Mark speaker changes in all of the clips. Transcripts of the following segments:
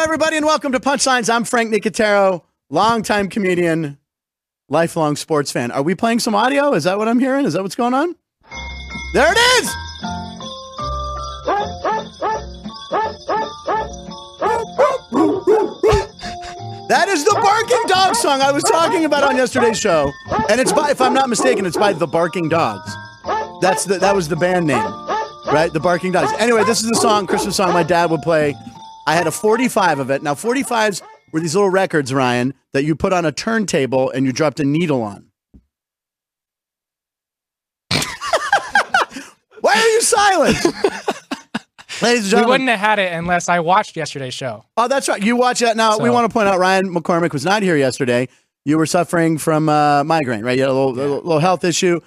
Speaker 1: everybody, and welcome to Punchlines. I'm Frank Nicotero, longtime comedian, lifelong sports fan. Are we playing some audio? Is that what I'm hearing? Is that what's going on? There it is. That is the barking dog song I was talking about on yesterday's show, and it's by, if I'm not mistaken, it's by the Barking Dogs. That's the, that was the band name, right? The Barking Dogs. Anyway, this is the song, Christmas song my dad would play. I had a 45 of it. Now, 45s were these little records, Ryan, that you put on a turntable and you dropped a needle on. Why are you silent? Ladies and
Speaker 2: We
Speaker 1: gentlemen,
Speaker 2: wouldn't have had it unless I watched yesterday's show.
Speaker 1: Oh, that's right. You watch that now. We
Speaker 2: So-
Speaker 1: want to point out Ryan McCormick was not here yesterday. You were suffering from uh, migraine, right? You had a little, little, little health issue,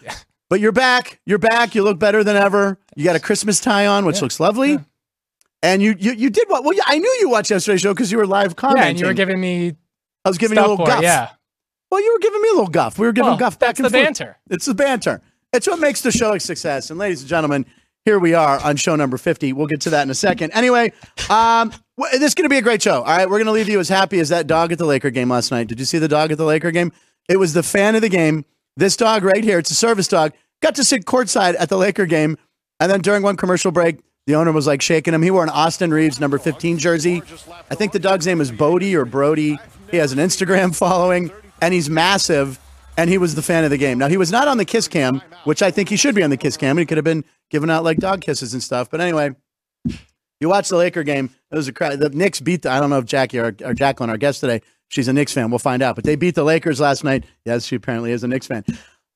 Speaker 1: but you're back. You're back. You look better than ever. You got a Christmas tie on, which looks lovely. And you, you you did what? Well, yeah, I knew you watched yesterday's show because you were live commenting.
Speaker 2: Yeah, and you were giving me
Speaker 1: I was giving you
Speaker 2: stuff
Speaker 1: a little
Speaker 2: for it,
Speaker 1: guff.
Speaker 2: Yeah,
Speaker 1: Well, you were giving me a little guff. We were giving
Speaker 2: Well,
Speaker 1: guff back
Speaker 2: that's
Speaker 1: and
Speaker 2: the
Speaker 1: forth.
Speaker 2: banter.
Speaker 1: It's the banter. It's what makes the show a success. And ladies and gentlemen, here we are on show number 50. We'll get to that in a second. Anyway, um, w- this is going to be a great show. All right. We're going to leave you as happy as that dog at the Laker game last night. Did you see the dog at the Laker game? It was the fan of the game. This dog right here, it's a service dog, got to sit courtside at the Laker game. And then during one commercial break, the owner was like shaking him. He wore an Austin Reeves number 15 jersey. I think the dog's name is Bodie or Brody. He has an Instagram following and he's massive and he was the fan of the game. Now he was not on the kiss cam, which I think he should be on the kiss cam. He could have been giving out like dog kisses and stuff. But anyway, you watch the Laker game. It was a crowd. The Knicks beat. The, I don't know if Jackie or, or Jacqueline, our guest today, she's a Knicks fan. We'll find out. But they beat the Lakers last night. Yes, she apparently is a Knicks fan.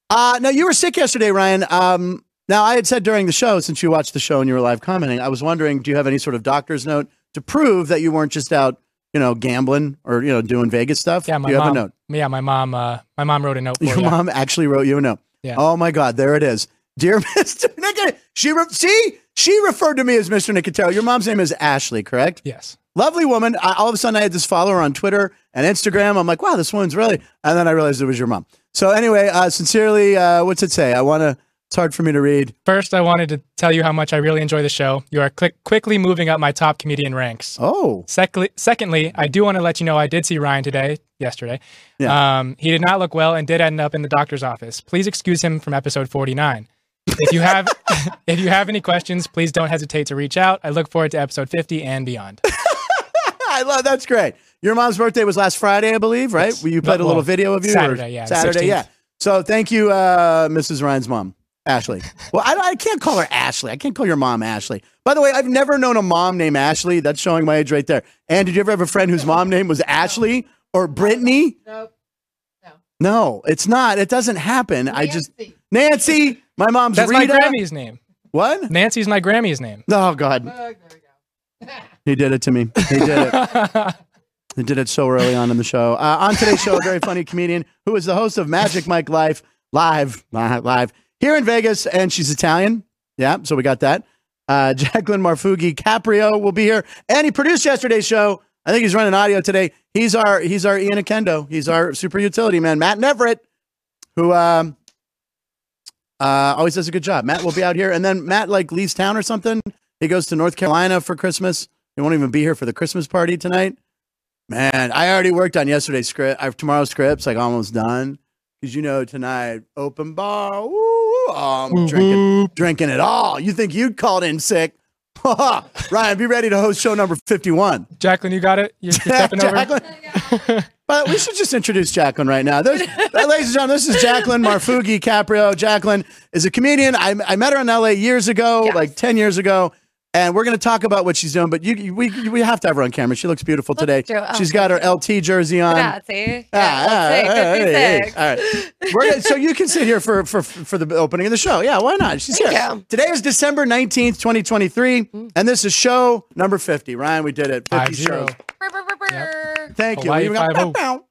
Speaker 1: Uh, now you were sick yesterday, Ryan. Um, now I had said during the show, since you watched the show and you were live commenting, I was wondering, do you have any sort of doctor's note to prove that you weren't just out, you know, gambling or you know, doing Vegas stuff?
Speaker 2: yeah. My
Speaker 1: do you
Speaker 2: mom.
Speaker 1: have a note?
Speaker 2: Yeah, my mom. Uh, my mom wrote a note for
Speaker 1: Your
Speaker 2: you.
Speaker 1: mom actually wrote you a note.
Speaker 2: Yeah.
Speaker 1: Oh my God, there it is, dear Mister Nicotero. She re- see she referred to me as Mister Nicotero. Your mom's name is Ashley, correct?
Speaker 2: Yes.
Speaker 1: Lovely woman. I, all of a sudden, I had this follower on Twitter and Instagram. I'm like, wow, this woman's really. And then I realized it was your mom. So anyway, uh, sincerely, uh, what's it say? I want to. It's hard for me to read.
Speaker 2: First, I wanted to tell you how much I really enjoy the show. You are click quickly moving up my top comedian ranks.
Speaker 1: Oh,
Speaker 2: Secondly, secondly, I do want to let you know I did see Ryan today, yesterday.
Speaker 1: Yeah.
Speaker 2: Um, he did not look well and did end up in the doctor's office. Please excuse him from episode 49. If you have if you have any questions, please don't hesitate to reach out. I look forward to episode 50 and beyond.
Speaker 1: I love that's great. Your mom's birthday was last Friday, I believe, right?
Speaker 2: Yes.
Speaker 1: Well, you played a
Speaker 2: Well,
Speaker 1: little video of you or-
Speaker 2: Saturday, yeah, the
Speaker 1: Saturday,
Speaker 2: 16th.
Speaker 1: yeah. So thank you, uh, Mrs. Ryan's mom, Ashley. Well, I, I can't call her Ashley. I can't call your mom Ashley. By the way, I've never known a mom named Ashley. That's showing my age right there. And did you ever have a friend whose mom name was Ashley or Brittany?
Speaker 3: Nope.
Speaker 1: No, it's not. It doesn't happen. I just Nancy. My mom's
Speaker 2: That's my
Speaker 1: Rita.
Speaker 2: Grammy's name.
Speaker 1: What?
Speaker 2: Nancy's my Grammy's name.
Speaker 1: Oh God,
Speaker 3: Bug, there we go.
Speaker 1: he did it to me. He did it. They did it so early on in the show. Uh, on today's show, a very funny comedian who is the host of Magic Mike Life live, li- live here in Vegas, and she's Italian. Yeah, so we got that. Uh, Jacqueline Marfughi Caprio will be here, and he produced yesterday's show. I think he's running audio today. He's our he's our Ian Akendo. He's our super utility man, Matt Neverett, who um, uh, always does a good job. Matt will be out here, and then Matt like leaves town or something. He goes to North Carolina for Christmas. He won't even be here for the Christmas party tonight. Man, I already worked on yesterday's script. I have tomorrow's scripts like almost done. Cause you know tonight, open bar. Woo, woo, oh, I'm drinking, drinking it all. You think you called in sick? Ryan, be ready to host show number fifty-one.
Speaker 2: Jacqueline, you got it? You're, you're stepping over?
Speaker 1: Jacqueline. but we should just introduce Jacqueline right now. This, uh, ladies and gentlemen, this is Jacqueline Marfughi Caprio. Jacqueline is a comedian. I, I met her in LA years ago, like 10 years ago. And we're going to talk about what she's doing, but you, you, we, we have to have her on camera. She looks beautiful today.
Speaker 4: do it. Oh,
Speaker 1: she's got her LT jersey on.
Speaker 4: Grazie.
Speaker 1: Ah, ah,
Speaker 4: Yeah,
Speaker 1: ah,
Speaker 4: that's
Speaker 1: hey,
Speaker 4: it.
Speaker 1: hey. All right. We're gonna- so you can sit here for, for for the opening of the show. Yeah, why not? She's here.
Speaker 4: Yeah.
Speaker 1: Today is December 19th, 2023,
Speaker 4: Mm.
Speaker 1: and this is show number 50. Ryan, we did it. 50
Speaker 2: Five
Speaker 1: shows.
Speaker 2: zero.
Speaker 4: Brr, brr, brr, brr.
Speaker 1: Thank you.
Speaker 2: Hawaii oh.
Speaker 1: We even got-
Speaker 2: 5-0.
Speaker 1: bow, bow.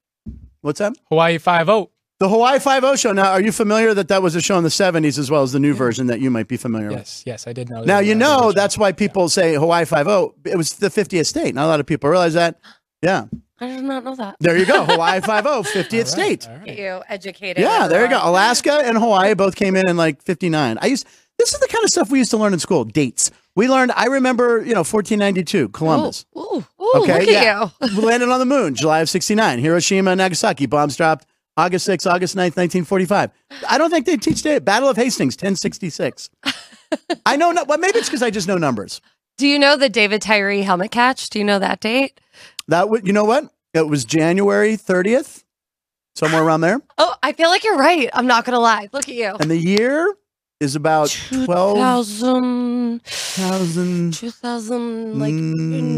Speaker 1: What's up?
Speaker 2: Hawaii oh. 5 0.
Speaker 1: The Hawaii Five O show. Now, are you familiar that that was a show in the '70s as well as the new version that you might be familiar with?
Speaker 2: Yes, yes, I did know.
Speaker 1: Now
Speaker 2: that,
Speaker 1: you
Speaker 2: uh,
Speaker 1: know
Speaker 2: original.
Speaker 1: that's why people say Hawaii Five O. It was the 50th state. Not a lot of people realize that. Yeah,
Speaker 4: I did not know that.
Speaker 1: there you go. Hawaii Five O, 50th state.
Speaker 2: All
Speaker 4: Get
Speaker 2: right.
Speaker 4: you educated.
Speaker 1: Yeah, there you go.
Speaker 4: everyone.
Speaker 1: Alaska and Hawaii both came in in like '59. I used this is the kind of stuff we used to learn in school. Dates. We learned. I remember, you know, 1492, Columbus.
Speaker 3: Ooh, ooh,
Speaker 4: Oh. Ooh,
Speaker 1: Okay,
Speaker 4: look
Speaker 1: yeah.
Speaker 4: at you.
Speaker 1: We landed on the moon, July of 69. Hiroshima and Nagasaki, bombs dropped August 6th, August 9th, 1945. I don't think they teach today. Battle of Hastings, 1066. I know, no, well, maybe it's because I just know numbers.
Speaker 4: Do you know the David Tyree helmet catch? Do you know that date?
Speaker 1: That would, you know what? It was January 30th, somewhere around there.
Speaker 4: Oh, I feel like you're right. I'm not gonna lie. Look at you.
Speaker 1: And the year is about 12,000.
Speaker 4: 2000, 2000, like
Speaker 1: Mm,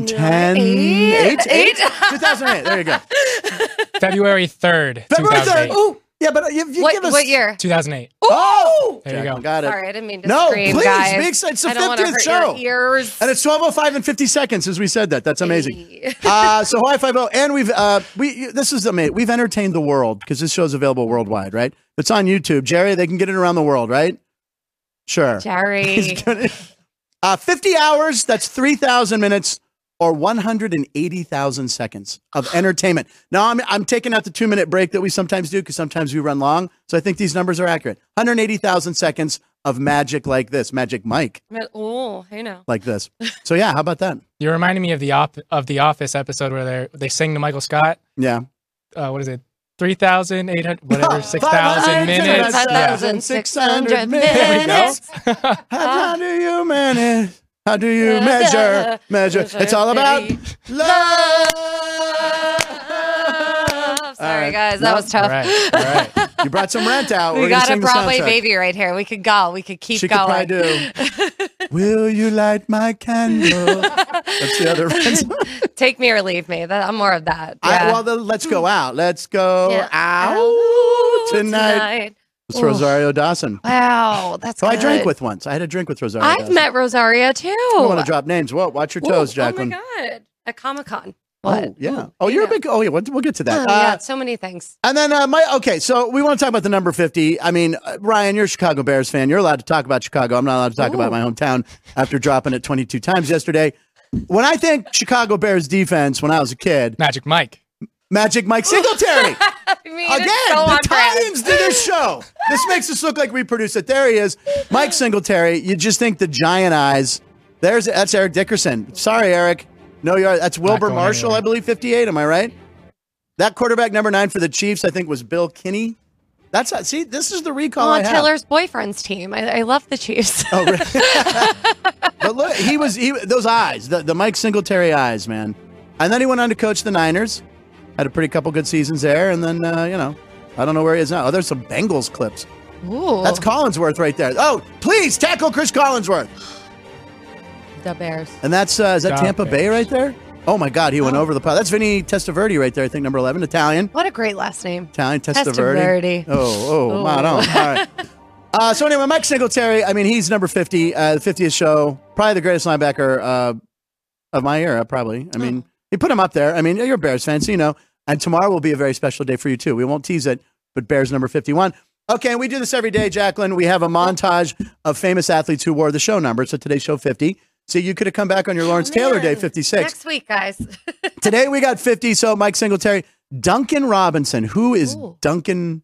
Speaker 4: no,
Speaker 1: 10,
Speaker 4: eight,
Speaker 1: eight, eight? 2008. There you go.
Speaker 2: February 3rd,
Speaker 1: February
Speaker 2: 2008.
Speaker 1: 3rd. Ooh. Yeah, but if you
Speaker 4: What,
Speaker 1: give us.
Speaker 4: what year?
Speaker 2: 2008.
Speaker 1: Oh!
Speaker 2: There you
Speaker 1: Jacqueline
Speaker 2: go.
Speaker 1: Got it.
Speaker 4: Sorry, I didn't mean to
Speaker 1: No,
Speaker 4: scream,
Speaker 1: please,
Speaker 4: guys.
Speaker 1: big sense of
Speaker 4: I don't wanna
Speaker 1: 50th
Speaker 4: hurt
Speaker 1: show.
Speaker 4: Your ears.
Speaker 1: And it's 12.05 and 50 seconds as we said that. That's amazing.
Speaker 4: Hey.
Speaker 1: Uh, so Hawaii Five O, and we've uh, we this is amazing. We've entertained the world because this show's available worldwide, right? It's on YouTube, Jerry. They can get it around the world, right? Sure.
Speaker 4: Jerry.
Speaker 1: He's gonna- uh, 50 hours, that's 3,000 minutes or 180,000 seconds of entertainment. Now, I'm, I'm taking out the two minute break that we sometimes do because sometimes we run long. So I think these numbers are accurate. 180,000 seconds of magic like this, magic mic
Speaker 4: Oh, hey now.
Speaker 1: like this. So, yeah, how about that?
Speaker 2: You're reminding me of the op- of the Office episode where they they sing to Michael Scott.
Speaker 1: Yeah.
Speaker 2: Uh, what is it? 3,800, whatever, 6,000
Speaker 1: 500
Speaker 2: minutes. Yeah.
Speaker 1: 5,600 minutes. How do you manage? How do you measure? Measure. It's all about love.
Speaker 4: Oh,
Speaker 1: All
Speaker 4: sorry,
Speaker 1: right.
Speaker 4: guys.
Speaker 1: No,
Speaker 4: That was tough.
Speaker 2: All right, all right.
Speaker 1: You brought some rent out.
Speaker 4: We
Speaker 1: We're
Speaker 4: got
Speaker 1: gonna
Speaker 4: a
Speaker 1: sing the
Speaker 4: Broadway
Speaker 1: soundtrack.
Speaker 4: baby right here. We could go. We could keep
Speaker 1: She could probably
Speaker 4: going.
Speaker 1: do. Will you light my candle? That's the other Rent.
Speaker 4: Take me or leave me. That, I'm more of that.
Speaker 1: I,
Speaker 4: Yeah.
Speaker 1: well, then let's go out. Let's go
Speaker 4: Yeah.
Speaker 1: out tonight. It's Rosario Dawson.
Speaker 4: Wow, that's.
Speaker 1: Who I drank
Speaker 4: good.
Speaker 1: with once. I had a drink with Rosario.
Speaker 4: I've
Speaker 1: Dawson.
Speaker 4: met Rosario too.
Speaker 1: I don't want to drop names. Whoa, watch your toes,
Speaker 4: Ooh,
Speaker 1: Jacqueline.
Speaker 4: Oh my god, at Comic Con. What?
Speaker 1: Oh, yeah. Oh, you're a big. Oh, yeah. We'll, we'll get to
Speaker 4: Oh,
Speaker 1: that.
Speaker 4: yeah,
Speaker 1: Uh,
Speaker 4: so many things.
Speaker 1: And then uh, my okay, so we want to talk about the number fifty. I mean, uh, Ryan, you're a Chicago Bears fan. You're allowed to talk about Chicago. I'm not allowed to talk about my hometown after dropping it 22 times yesterday. When I think Chicago Bears defense, when I was a kid,
Speaker 2: Magic Mike.
Speaker 1: Magic Mike Singletary.
Speaker 4: I mean,
Speaker 1: Again,
Speaker 4: it's so
Speaker 1: the
Speaker 4: on brand.
Speaker 1: tie-ins to this show. This makes us look like we produce it. There he is, Mike Singletary. You just think the giant eyes. There's that's Eric Dickerson. Sorry, Eric. No, you're that's Wilbur
Speaker 2: going
Speaker 1: Marshall,
Speaker 2: anywhere.
Speaker 1: I believe, 58. Am I right? That quarterback number nine for the Chiefs, I think, was Bill Kinney. That's see, this is the recall
Speaker 4: Well,
Speaker 1: Oh, I
Speaker 4: on
Speaker 1: have.
Speaker 4: Taylor's boyfriend's team. I, I love the Chiefs.
Speaker 1: Oh, really? but look, he was he those eyes, the, the Mike Singletary eyes, man. And then he went on to coach the Niners, had a pretty couple good seasons there, and then uh, you know, I don't know where he is now. Oh, there's some Bengals clips.
Speaker 4: Ooh,
Speaker 2: Oh.
Speaker 1: That's Collinsworth right there. Oh, please tackle Chris Collinsworth.
Speaker 4: the Bears.
Speaker 1: And that's uh, is that
Speaker 2: Stop
Speaker 1: Tampa
Speaker 2: it.
Speaker 1: Bay right there? Oh my God, he went over the pile. That's Vinny Testaverde right there. I think number eleven, Italian.
Speaker 4: What a great last name.
Speaker 1: Italian Testaverde.
Speaker 4: Testaverde.
Speaker 1: Oh, oh,
Speaker 4: Oh.
Speaker 1: my All right. Uh, so anyway, Mike Singletary. I mean, he's number fifty, uh, the 50th show, probably the greatest linebacker uh, of my era. Probably. I mean, you put him up there. I mean, you're a Bears fan, so you know. And tomorrow will be a very special day for you too. We won't tease it, but Bears number fifty-one. Okay, and we do this every day, Jacqueline. We have a montage of famous athletes who wore the show number. So today's show fifty. See, you could have come back on your Lawrence Taylor Day
Speaker 4: Man.
Speaker 1: fifty-six.
Speaker 4: Next week, guys.
Speaker 1: Today we got 50. So Mike Singletary, Duncan Robinson. Who is
Speaker 4: Ooh.
Speaker 1: Duncan?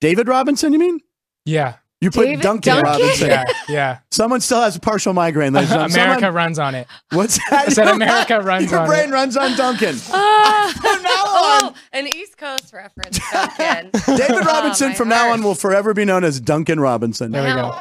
Speaker 1: David Robinson, you mean?
Speaker 2: Yeah,
Speaker 1: You put
Speaker 4: David
Speaker 1: Duncan,
Speaker 4: Duncan?
Speaker 1: Robinson.
Speaker 2: yeah, yeah.
Speaker 1: Someone still has a partial migraine, ladies and
Speaker 2: America
Speaker 1: gentlemen. Someone-
Speaker 2: runs on it.
Speaker 1: what's that?
Speaker 2: I said
Speaker 1: Your-
Speaker 2: America runs
Speaker 1: Your
Speaker 2: on
Speaker 1: brain
Speaker 2: it.
Speaker 1: runs on Duncan.
Speaker 4: Ah.
Speaker 1: From now on,
Speaker 4: oh, an East Coast reference. Duncan. Oh,
Speaker 1: David Robinson
Speaker 4: my
Speaker 1: from now on
Speaker 4: heart.
Speaker 1: will forever be known as Duncan Robinson.
Speaker 2: There we go.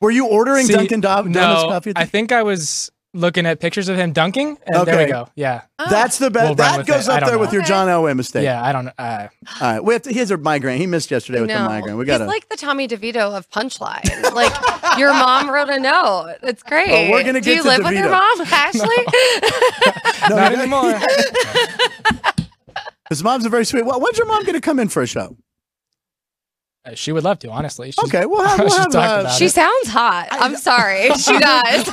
Speaker 1: Were you ordering
Speaker 2: See,
Speaker 1: Dunkin' Duncan Do- Donuts
Speaker 2: no,
Speaker 1: coffee?
Speaker 2: I think I was looking at pictures of him dunking, and there
Speaker 1: Okay.
Speaker 2: we go. Yeah,
Speaker 1: That's the best.
Speaker 2: We'll run
Speaker 1: that
Speaker 2: with
Speaker 1: goes
Speaker 2: it. I
Speaker 1: up
Speaker 2: don't
Speaker 1: there with
Speaker 2: know.
Speaker 1: your
Speaker 4: Okay.
Speaker 1: John Elway mistake.
Speaker 2: yeah. I don't. Uh,
Speaker 1: All right. We have to, he has a migraine. He missed yesterday with the migraine. We got to.
Speaker 4: He's like the Tommy DeVito of Punchline. Like your mom wrote a note. It's great.
Speaker 1: Well, we're gonna
Speaker 4: Do
Speaker 1: get
Speaker 4: you
Speaker 1: to
Speaker 4: live with your
Speaker 1: DeVito.
Speaker 4: mom, Ashley?
Speaker 1: no,
Speaker 2: not
Speaker 1: he-
Speaker 2: anymore.
Speaker 1: His mom's a very sweet. Well, when's your mom going to come in for a show?
Speaker 2: Uh, she would love to, honestly. She's-
Speaker 1: Okay, we'll have, we'll
Speaker 2: She's
Speaker 1: have
Speaker 2: talked
Speaker 1: uh,
Speaker 2: about
Speaker 4: she sounds hot. I'm sorry. She does.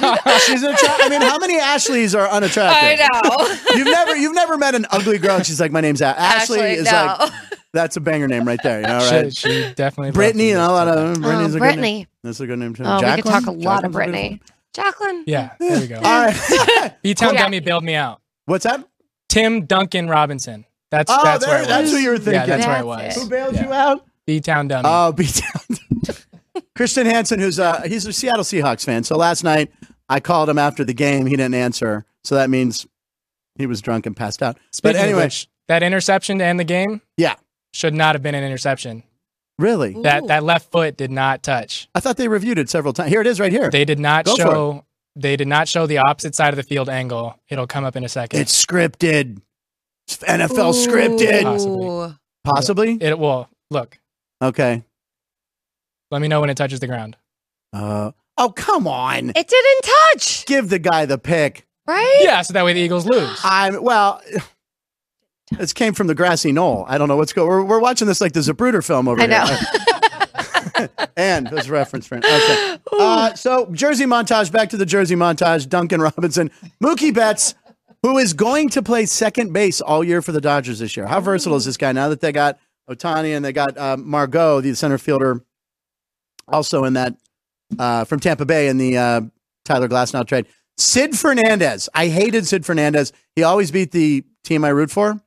Speaker 1: She's an attra- I mean, how many Ashleys are
Speaker 4: I
Speaker 1: unattractive?
Speaker 4: know.
Speaker 1: You've never you've never met an ugly girl. And she's like, my name's A-. Ashley,
Speaker 4: Ashley,
Speaker 1: is
Speaker 4: no.
Speaker 1: like that's a banger name right there. You know,
Speaker 2: She,
Speaker 1: right?
Speaker 2: she Oh, definitely.
Speaker 1: Brittany oh, and a lot of Brittany's a good
Speaker 4: Oh, Brittany.
Speaker 1: name. That's a good name too.
Speaker 4: Oh, we could
Speaker 1: Jacqueline?
Speaker 4: talk a lot of
Speaker 1: Jacqueline's a good
Speaker 4: Brittany. Jacqueline.
Speaker 2: Yeah, there we go.
Speaker 1: name. All right.
Speaker 2: B Town
Speaker 4: Yeah.
Speaker 2: Dummy bailed me out.
Speaker 1: What's that?
Speaker 2: Tim Duncan Robinson. That's
Speaker 1: Oh,
Speaker 2: that's
Speaker 1: there-
Speaker 2: where it
Speaker 1: that's
Speaker 2: was.
Speaker 1: who you were thinking.
Speaker 2: Yeah, that's, where it
Speaker 4: That's
Speaker 2: was.
Speaker 4: it. Who
Speaker 1: bailed you Oh, out?
Speaker 2: B Town Dummy.
Speaker 1: Oh, be down. Christian Hansen, who's uh, he's a Seattle Seahawks fan. So last night I called him after the game. He didn't answer. So that means he was drunk and passed out.
Speaker 2: Speaking
Speaker 1: but
Speaker 2: of
Speaker 1: anyway,
Speaker 2: which, that interception to end the game
Speaker 1: yeah.
Speaker 2: should not have been an interception.
Speaker 1: Really?
Speaker 2: That
Speaker 4: Ooh.
Speaker 2: that left foot did not touch.
Speaker 1: I thought they reviewed it several times. Here it is right here.
Speaker 2: They did not
Speaker 1: Go for
Speaker 2: show they did not show the opposite side of the field angle. It'll come up in a second.
Speaker 1: it's scripted. It's NFL
Speaker 4: Uh,
Speaker 1: scripted.
Speaker 2: Possibly.
Speaker 4: Ooh.
Speaker 1: Possibly?
Speaker 2: it will look.
Speaker 1: Okay.
Speaker 2: Let me know when it touches the ground.
Speaker 1: Uh, oh, come on.
Speaker 4: It didn't touch,
Speaker 1: Give the guy the pick.
Speaker 4: right?
Speaker 2: Yeah, so that way the Eagles lose.
Speaker 1: I'm, well, this came from the grassy knoll. I don't know what's going We're, we're watching this like the Zapruder film over
Speaker 4: I
Speaker 1: here.
Speaker 4: know.
Speaker 1: and this reference friend. Okay. Uh, so Jersey montage. Back to the Jersey montage. Duncan Robinson, Mookie Betts, who is going to play second base all year for the Dodgers this year. How versatile is this guy? Now that they got Otani and they got uh, Margot, the center fielder, also in that uh, from Tampa Bay in the uh, Tyler Glasnow trade. Sid Fernandez. I hated Sid Fernandez. He always beat the team I root for.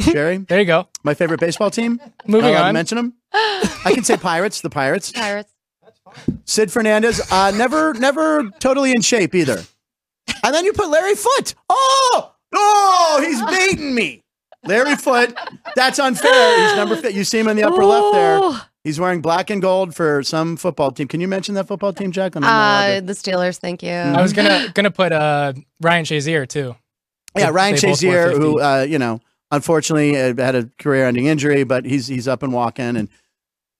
Speaker 1: Jerry,
Speaker 2: There you go.
Speaker 1: my favorite baseball team. Not
Speaker 2: Moving
Speaker 1: allowed to
Speaker 2: on.
Speaker 1: Mention them. I can say Pirates. The Pirates.
Speaker 4: Pirates.
Speaker 1: Sid Fernandez, uh, never, never totally in shape either. And then you put Larry Foot. Oh, oh, he's beating me. Larry Foot. That's unfair. He's number fit. You see him in the upper left there.
Speaker 4: Ooh.
Speaker 1: He's wearing black and gold for some football team. Can you mention that football team, Jack? I'm not allowed
Speaker 4: Uh,
Speaker 1: to-
Speaker 4: the Steelers, thank you.
Speaker 2: I was gonna gonna put uh, Ryan Shazier too.
Speaker 1: yeah, Ryan
Speaker 2: they both were
Speaker 1: Chazier,
Speaker 2: 50.
Speaker 1: who uh, you know, unfortunately uh, had a career-ending injury, but he's he's up and walking. And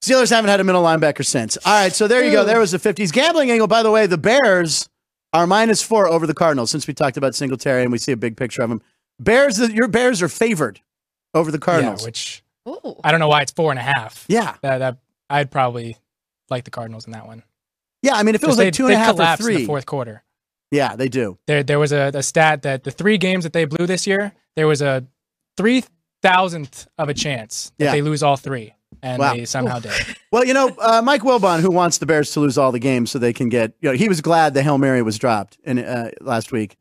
Speaker 1: Steelers haven't had a middle linebacker since. All right, so there you go.
Speaker 4: Ooh.
Speaker 1: There was the 50s gambling angle. By the way, the Bears are minus four over the Cardinals since we talked about Singletary and we see a big picture of him. Bears, your Bears are favored over the Cardinals.
Speaker 2: Yeah, which
Speaker 4: Ooh.
Speaker 2: I don't know why it's four and a half.
Speaker 1: yeah,
Speaker 2: That, that I'd probably like the Cardinals in that one.
Speaker 1: yeah. I mean, if it was
Speaker 2: Just
Speaker 1: like two and a half or
Speaker 2: collapsed in
Speaker 1: three,
Speaker 2: the fourth quarter.
Speaker 1: yeah, they do.
Speaker 2: There, there was a, a stat that the three games that they blew this year, there was a three thousandth of a chance that
Speaker 1: Yeah.
Speaker 2: they lose all three, and
Speaker 1: Wow.
Speaker 2: they somehow did.
Speaker 1: Well, you know, uh, Mike Wilbon, who wants the Bears to lose all the games so they can get, you know, he was glad the Hail Mary was dropped in uh, last week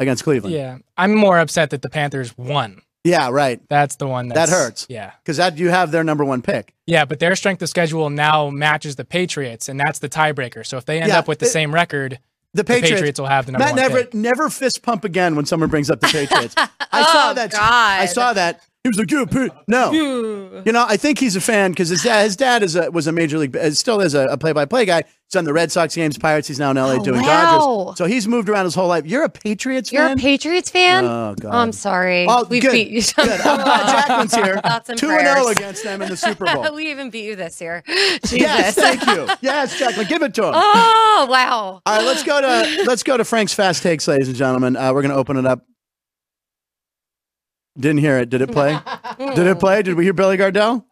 Speaker 1: against Cleveland.
Speaker 2: Yeah, I'm more upset that the Panthers won.
Speaker 1: yeah right.
Speaker 2: That's the one that's,
Speaker 1: hurts.
Speaker 2: Yeah,
Speaker 1: because that you have their number one pick.
Speaker 2: yeah, but their strength of schedule now matches the Patriots, and that's the tiebreaker. So if they end
Speaker 1: Yeah,
Speaker 2: up with the
Speaker 1: it-
Speaker 2: same record,
Speaker 1: The
Speaker 2: the
Speaker 1: Patriots.
Speaker 2: Patriots will have the number
Speaker 1: Matt
Speaker 2: one
Speaker 1: never
Speaker 2: pick.
Speaker 1: never fist pump again when someone brings up the Patriots. I saw
Speaker 4: Oh,
Speaker 1: that.
Speaker 4: God.
Speaker 1: I saw that. He was like, "Yeah, Pa-" no." You know, I think he's a fan because his dad, his dad is a, was a major league, uh, still is a, a play-by-play guy. He's on the Red Sox games, Pirates. He's now in LA
Speaker 4: Oh,
Speaker 1: doing
Speaker 4: wow.
Speaker 1: Dodgers. So he's moved around his whole life. You're a Patriots
Speaker 4: You're a
Speaker 1: fan.
Speaker 4: Patriots fan?
Speaker 1: Oh, God.
Speaker 4: I'm sorry.
Speaker 1: Oh,
Speaker 4: we
Speaker 1: good.
Speaker 4: beat you.
Speaker 1: Good. I'm glad Jackman's here.
Speaker 4: Thoughts and
Speaker 1: Two and zero
Speaker 4: prayers.
Speaker 1: against them in the Super Bowl.
Speaker 4: we even beat you this year.
Speaker 1: yes,
Speaker 4: Jesus.
Speaker 1: thank you. Yes, Jacqueline, give it to him.
Speaker 4: oh, wow.
Speaker 1: All right, let's go to let's go to Frank's fast takes, ladies and gentlemen. Uh, we're going to open it up. Didn't hear it. Did it play?
Speaker 4: Mm.
Speaker 1: Did it play? Did we hear Billy Gardell?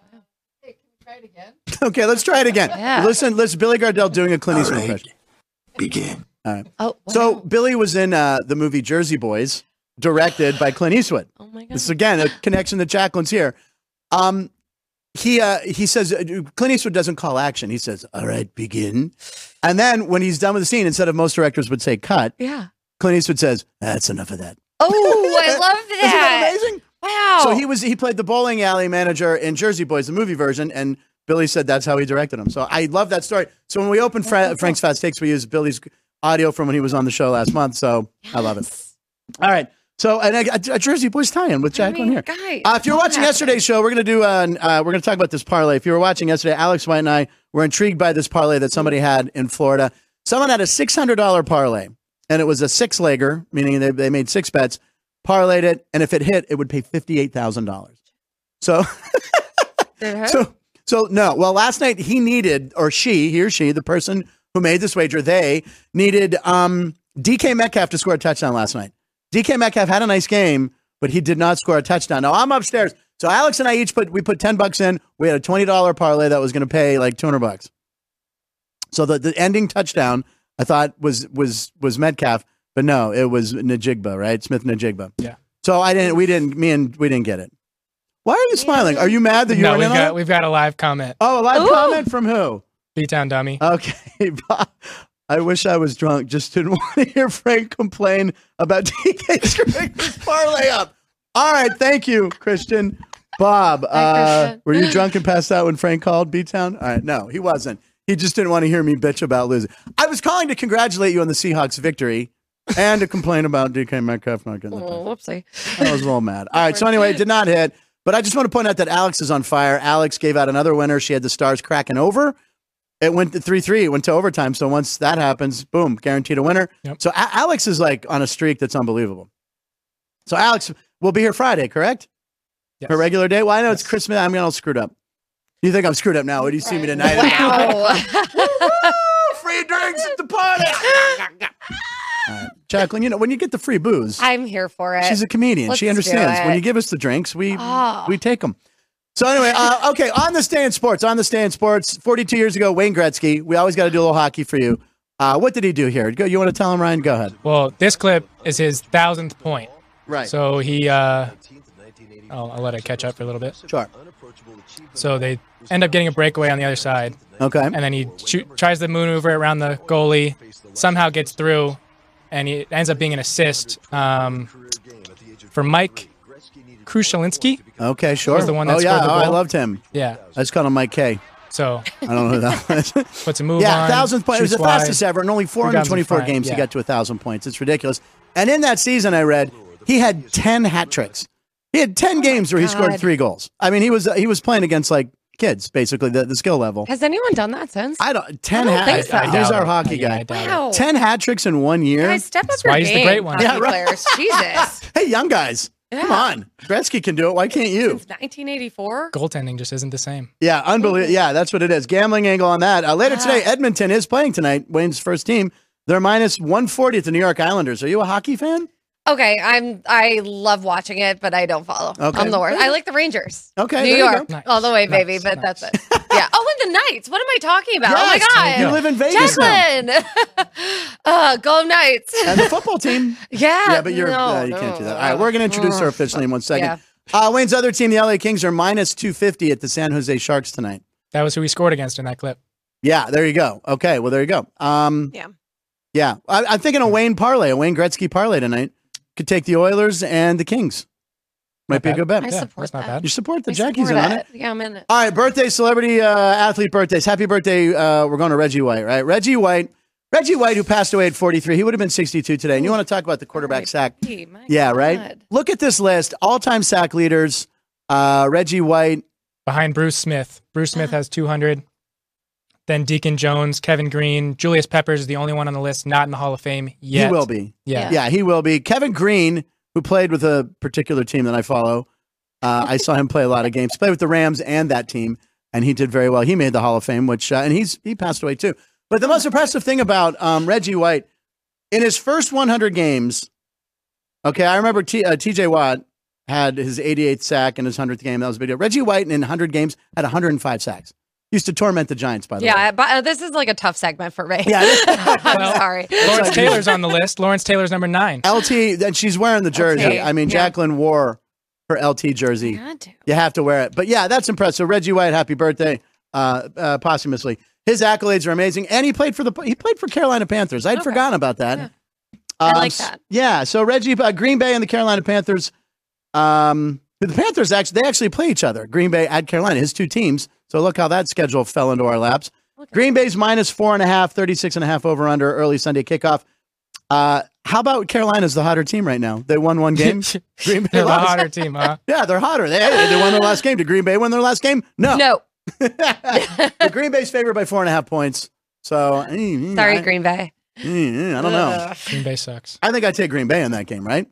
Speaker 1: Okay, let's try it again.
Speaker 4: Yeah.
Speaker 1: Listen, listen. Billy Gardell doing a Clint Eastwood impression.
Speaker 3: Begin.
Speaker 4: Oh, wow.
Speaker 1: So Billy was in uh, the movie Jersey Boys, directed by Clint Eastwood.
Speaker 4: oh my God.
Speaker 1: This is again a connection that Jacqueline's here. Um, he uh, he says uh, Clint Eastwood doesn't call action. He says, "All right, begin," and then when he's done with the scene, instead of most directors would say cut,
Speaker 4: Yeah.
Speaker 1: Clint Eastwood says, "That's enough of that."
Speaker 4: Oh, I love
Speaker 1: Isn't that
Speaker 4: that.
Speaker 1: amazing?
Speaker 4: Wow.
Speaker 1: So he was he played the bowling alley manager in Jersey Boys, the movie version, and Billy said that's how he directed him. So I love that story. So when we open Fra- Frank's Fast Takes, we use Billy's audio from when he was on the show last month. So I love it. All right. So and a, a Jersey Boys tie-in with
Speaker 4: I
Speaker 1: Jack on
Speaker 4: mean,
Speaker 1: here.
Speaker 4: guys,
Speaker 1: Uh, if you're watching yesterday's show, we're gonna do uh, an- uh, we're gonna talk about this parlay. If you were watching yesterday, Alex White and I were intrigued by this parlay that somebody had in Florida. Someone had a six hundred dollar parlay, and it was a six legger, meaning they, they made six bets, parlayed it, and if it hit, it would pay fifty eight thousand dollars. So
Speaker 4: did it hurt?
Speaker 1: so so no. Well, last night he needed, or she, he or she, the person who made this wager, they needed um, DK Metcalf to score a touchdown last night. DK Metcalf had a nice game, but he did not score a touchdown. Now I'm upstairs. So Alex and I each put we put ten bucks in. We had a twenty dollar parlay that was going to pay like two hundred bucks. So the, the ending touchdown I thought was was was Metcalf, but no, it was Najigba, right? Smith Najigba.
Speaker 2: Yeah.
Speaker 1: So I didn't. We didn't. Me and we didn't get it. Why are you smiling? Are you mad that you
Speaker 2: No,
Speaker 1: were in
Speaker 2: we've
Speaker 1: on it?
Speaker 2: got we've got a live comment.
Speaker 1: Oh, a live
Speaker 4: Ooh.
Speaker 1: comment from who?
Speaker 2: B Town Dummy.
Speaker 1: Okay. Bob. I wish I was drunk. Just didn't want to hear Frank complain about DK screwing his parlay up. All right. Thank you, Christian. Bob,
Speaker 4: Hi,
Speaker 1: uh,
Speaker 4: Christian.
Speaker 1: were you drunk and passed out when Frank called B Town? All right. No, he wasn't. He just didn't want to hear me bitch about losing. I was calling to congratulate you on the Seahawks victory and to complain about DK Metcalf not getting the
Speaker 4: Oh, whoopsie.
Speaker 1: I was well mad. All right. So anyway, it did not hit. But I just want to point out that Alex is on fire. Alex gave out another winner. She had the stars cracking over. It went to three three. It went to overtime. So once that happens, boom, guaranteed a winner.
Speaker 2: Yep.
Speaker 1: So A- Alex is like on a streak that's unbelievable. So Alex will be here Friday, correct?
Speaker 2: Yes.
Speaker 1: Her regular day. Well, I know it's
Speaker 2: Yes.
Speaker 1: Christmas. I'm all screwed up. You think I'm screwed up now? What do you see me tonight? "Oh,
Speaker 4: Wow.
Speaker 1: free drinks at the party. All right. Jacqueline, you know when you get the free booze,
Speaker 4: I'm here for it.
Speaker 1: She's a comedian. she
Speaker 4: Let's do
Speaker 1: understands. When
Speaker 4: it.
Speaker 1: you give us the drinks, we
Speaker 4: Oh.
Speaker 1: we take them. So anyway, uh, okay. On this day in sports, on this day in sports, 42 years ago, Wayne Gretzky. We always got to do a little hockey for you. Uh, what did he do here? Go. You want to tell him, Ryan? Go ahead.
Speaker 2: Well, this clip is his thousandth point.
Speaker 1: Right.
Speaker 2: So he, uh, I'll, I'll let it catch up for a little bit.
Speaker 1: sure.
Speaker 2: So they end up getting a breakaway on the other side,
Speaker 1: Okay.
Speaker 2: and then he shoot, tries to maneuver around the goalie, somehow gets through, and it ends up being an assist um, for Mike Krushelinski.
Speaker 1: Okay. Sure.
Speaker 2: was the one that
Speaker 1: oh yeah.
Speaker 2: scored the
Speaker 1: oh, I
Speaker 2: goal.
Speaker 1: loved him.
Speaker 2: Yeah.
Speaker 1: I just called him Mike K.
Speaker 2: So
Speaker 1: I don't know who that was.
Speaker 2: puts a move on.
Speaker 1: Yeah, thousandth point. It was the
Speaker 2: shoots wide.
Speaker 1: fastest ever, and only
Speaker 2: rebounds in
Speaker 1: 424
Speaker 2: front,
Speaker 1: games he
Speaker 2: yeah.
Speaker 1: got to a thousand points. It's ridiculous. And in that season, I read he had 10 hat tricks. He had 10 games where he scored
Speaker 4: Oh God.
Speaker 1: three goals. I mean, he was he was playing against like kids, basically the, the skill level.
Speaker 4: Has anyone done that since?
Speaker 1: I don't 10
Speaker 4: I don't
Speaker 1: hat.
Speaker 4: think so.
Speaker 2: I
Speaker 1: He's
Speaker 2: doubt
Speaker 1: our
Speaker 2: it.
Speaker 1: hockey
Speaker 2: Yeah, I
Speaker 1: guy.
Speaker 2: doubt it.
Speaker 4: wow.
Speaker 1: 10 hat tricks in one year.
Speaker 4: Guys, step up
Speaker 2: why
Speaker 4: your
Speaker 2: he's the
Speaker 4: game,
Speaker 2: great one.
Speaker 4: hockey
Speaker 1: Yeah, right.
Speaker 4: players. Jesus.
Speaker 1: Hey, young guys, come
Speaker 4: Yeah.
Speaker 1: on. Gretzky can do it. Why can't you?
Speaker 4: Since 1984.
Speaker 2: Goaltending just isn't the same.
Speaker 1: Yeah, unbelievable. Yeah, that's what it is. Gambling angle on that. Uh, later today, Edmonton is playing tonight. Wayne's first team. They're minus 140 at the New York Islanders. Are you a hockey fan?
Speaker 4: Okay, I'm. I love watching it, but I don't follow.
Speaker 1: Okay.
Speaker 4: I'm the worst. I like the Rangers.
Speaker 1: Okay,
Speaker 4: New
Speaker 1: there you
Speaker 4: York
Speaker 2: go. Nice,
Speaker 4: all the way, baby.
Speaker 2: nice,
Speaker 4: But
Speaker 2: nice.
Speaker 4: that's it. Yeah. Oh, and the Knights. What am I talking about?
Speaker 1: Yes,
Speaker 4: oh
Speaker 1: You
Speaker 4: my
Speaker 1: live in
Speaker 4: God,
Speaker 1: Vegas now.
Speaker 4: Jacqueline. uh, go Knights.
Speaker 1: And the football team.
Speaker 4: yeah.
Speaker 1: yeah, but you're
Speaker 4: no,
Speaker 1: uh, you can't
Speaker 4: no,
Speaker 1: do that. All right, we're going to introduce her
Speaker 4: no.
Speaker 1: officially in one second.
Speaker 4: Yeah.
Speaker 1: Uh, Wayne's other team, the LA Kings, are minus 250 at the San Jose Sharks tonight.
Speaker 2: That was who he scored against in that clip.
Speaker 1: Yeah, there you go. Okay, well, there you go. Um,
Speaker 4: Yeah.
Speaker 1: Yeah, I, I'm thinking a Wayne parlay, a Wayne Gretzky parlay tonight. Could take the Oilers and the Kings. Might
Speaker 2: Not
Speaker 1: be a
Speaker 2: bad.
Speaker 1: good bet.
Speaker 4: I
Speaker 2: yeah,
Speaker 4: support
Speaker 2: that's not
Speaker 4: that.
Speaker 1: You
Speaker 2: bad.
Speaker 1: support the
Speaker 4: I
Speaker 1: Jackies in
Speaker 4: support
Speaker 1: on it.
Speaker 4: Yeah, I'm in it.
Speaker 1: All right, birthday, celebrity, uh, athlete birthdays. Happy birthday. Uh, we're going to Reggie White, right? Reggie White. Reggie White, who passed away at 43, he would have been 62 today. And you want to talk about the quarterback
Speaker 4: Alright.
Speaker 1: sack?
Speaker 4: Gee, Oh my
Speaker 1: Yeah, right.
Speaker 4: God.
Speaker 1: Look at this list: all-time sack leaders. Uh, Reggie White.
Speaker 2: Behind Bruce Smith. Bruce Smith has 200. Then Deacon Jones, Kevin Green, Julius Peppers is the only one on the list not in the Hall of Fame yet.
Speaker 1: He will be.
Speaker 2: Yeah.
Speaker 1: Yeah, he will be. Kevin Green, who played with a particular team that I follow. Uh, I saw him play a lot of games. Played with the Rams and that team, and he did very well. He made the Hall of Fame, which uh, and he's he passed away too. But the most impressive thing about um, Reggie White in his first 100 games. Okay, I remember T, uh, T.J. Watt had his 88th sack in his 100th game. That was a big deal. Reggie White in 100 games had 105 sacks. Used to torment the Giants, by the way.
Speaker 4: Yeah, but uh, this is like a tough segment for me.
Speaker 1: Yeah.
Speaker 4: I'm
Speaker 2: Well,
Speaker 4: sorry.
Speaker 2: Lawrence Taylor's on the list. Lawrence Taylor's number nine.
Speaker 1: LT, and she's wearing the jersey.
Speaker 4: Okay,
Speaker 1: I mean,
Speaker 4: yeah.
Speaker 1: Jacqueline wore her LT jersey.
Speaker 4: Had to.
Speaker 1: You have to wear it. But yeah, that's impressive. Reggie White, happy birthday, uh, uh, posthumously. His accolades are amazing, and he played for the he played for Carolina Panthers. I'd
Speaker 4: Okay.
Speaker 1: forgotten about that. Um,
Speaker 4: Yeah. I like
Speaker 1: s-
Speaker 4: that.
Speaker 1: Yeah. So Reggie, uh, Green Bay, and the Carolina Panthers. Um, the Panthers actually they actually play each other. Green Bay at Carolina, his two teams. So look how that schedule fell into our laps.
Speaker 4: Look at
Speaker 1: Green Bay's minus four and a half, 36 and a half over under early Sunday kickoff. Uh, how about Carolina's the hotter team right now? They won one game. Green Bay
Speaker 2: They're the
Speaker 1: lost.
Speaker 2: hotter team, huh?
Speaker 1: Yeah, they're hotter. They, they won their last game. Did Green Bay win their last game? No.
Speaker 4: No,
Speaker 1: But Green Bay's favored by four and a half points. So mm, mm,
Speaker 4: sorry,
Speaker 1: I,
Speaker 4: Green Bay.
Speaker 1: mm, mm, I don't know.
Speaker 2: Green Bay sucks.
Speaker 1: I think I take Green Bay in that game, right?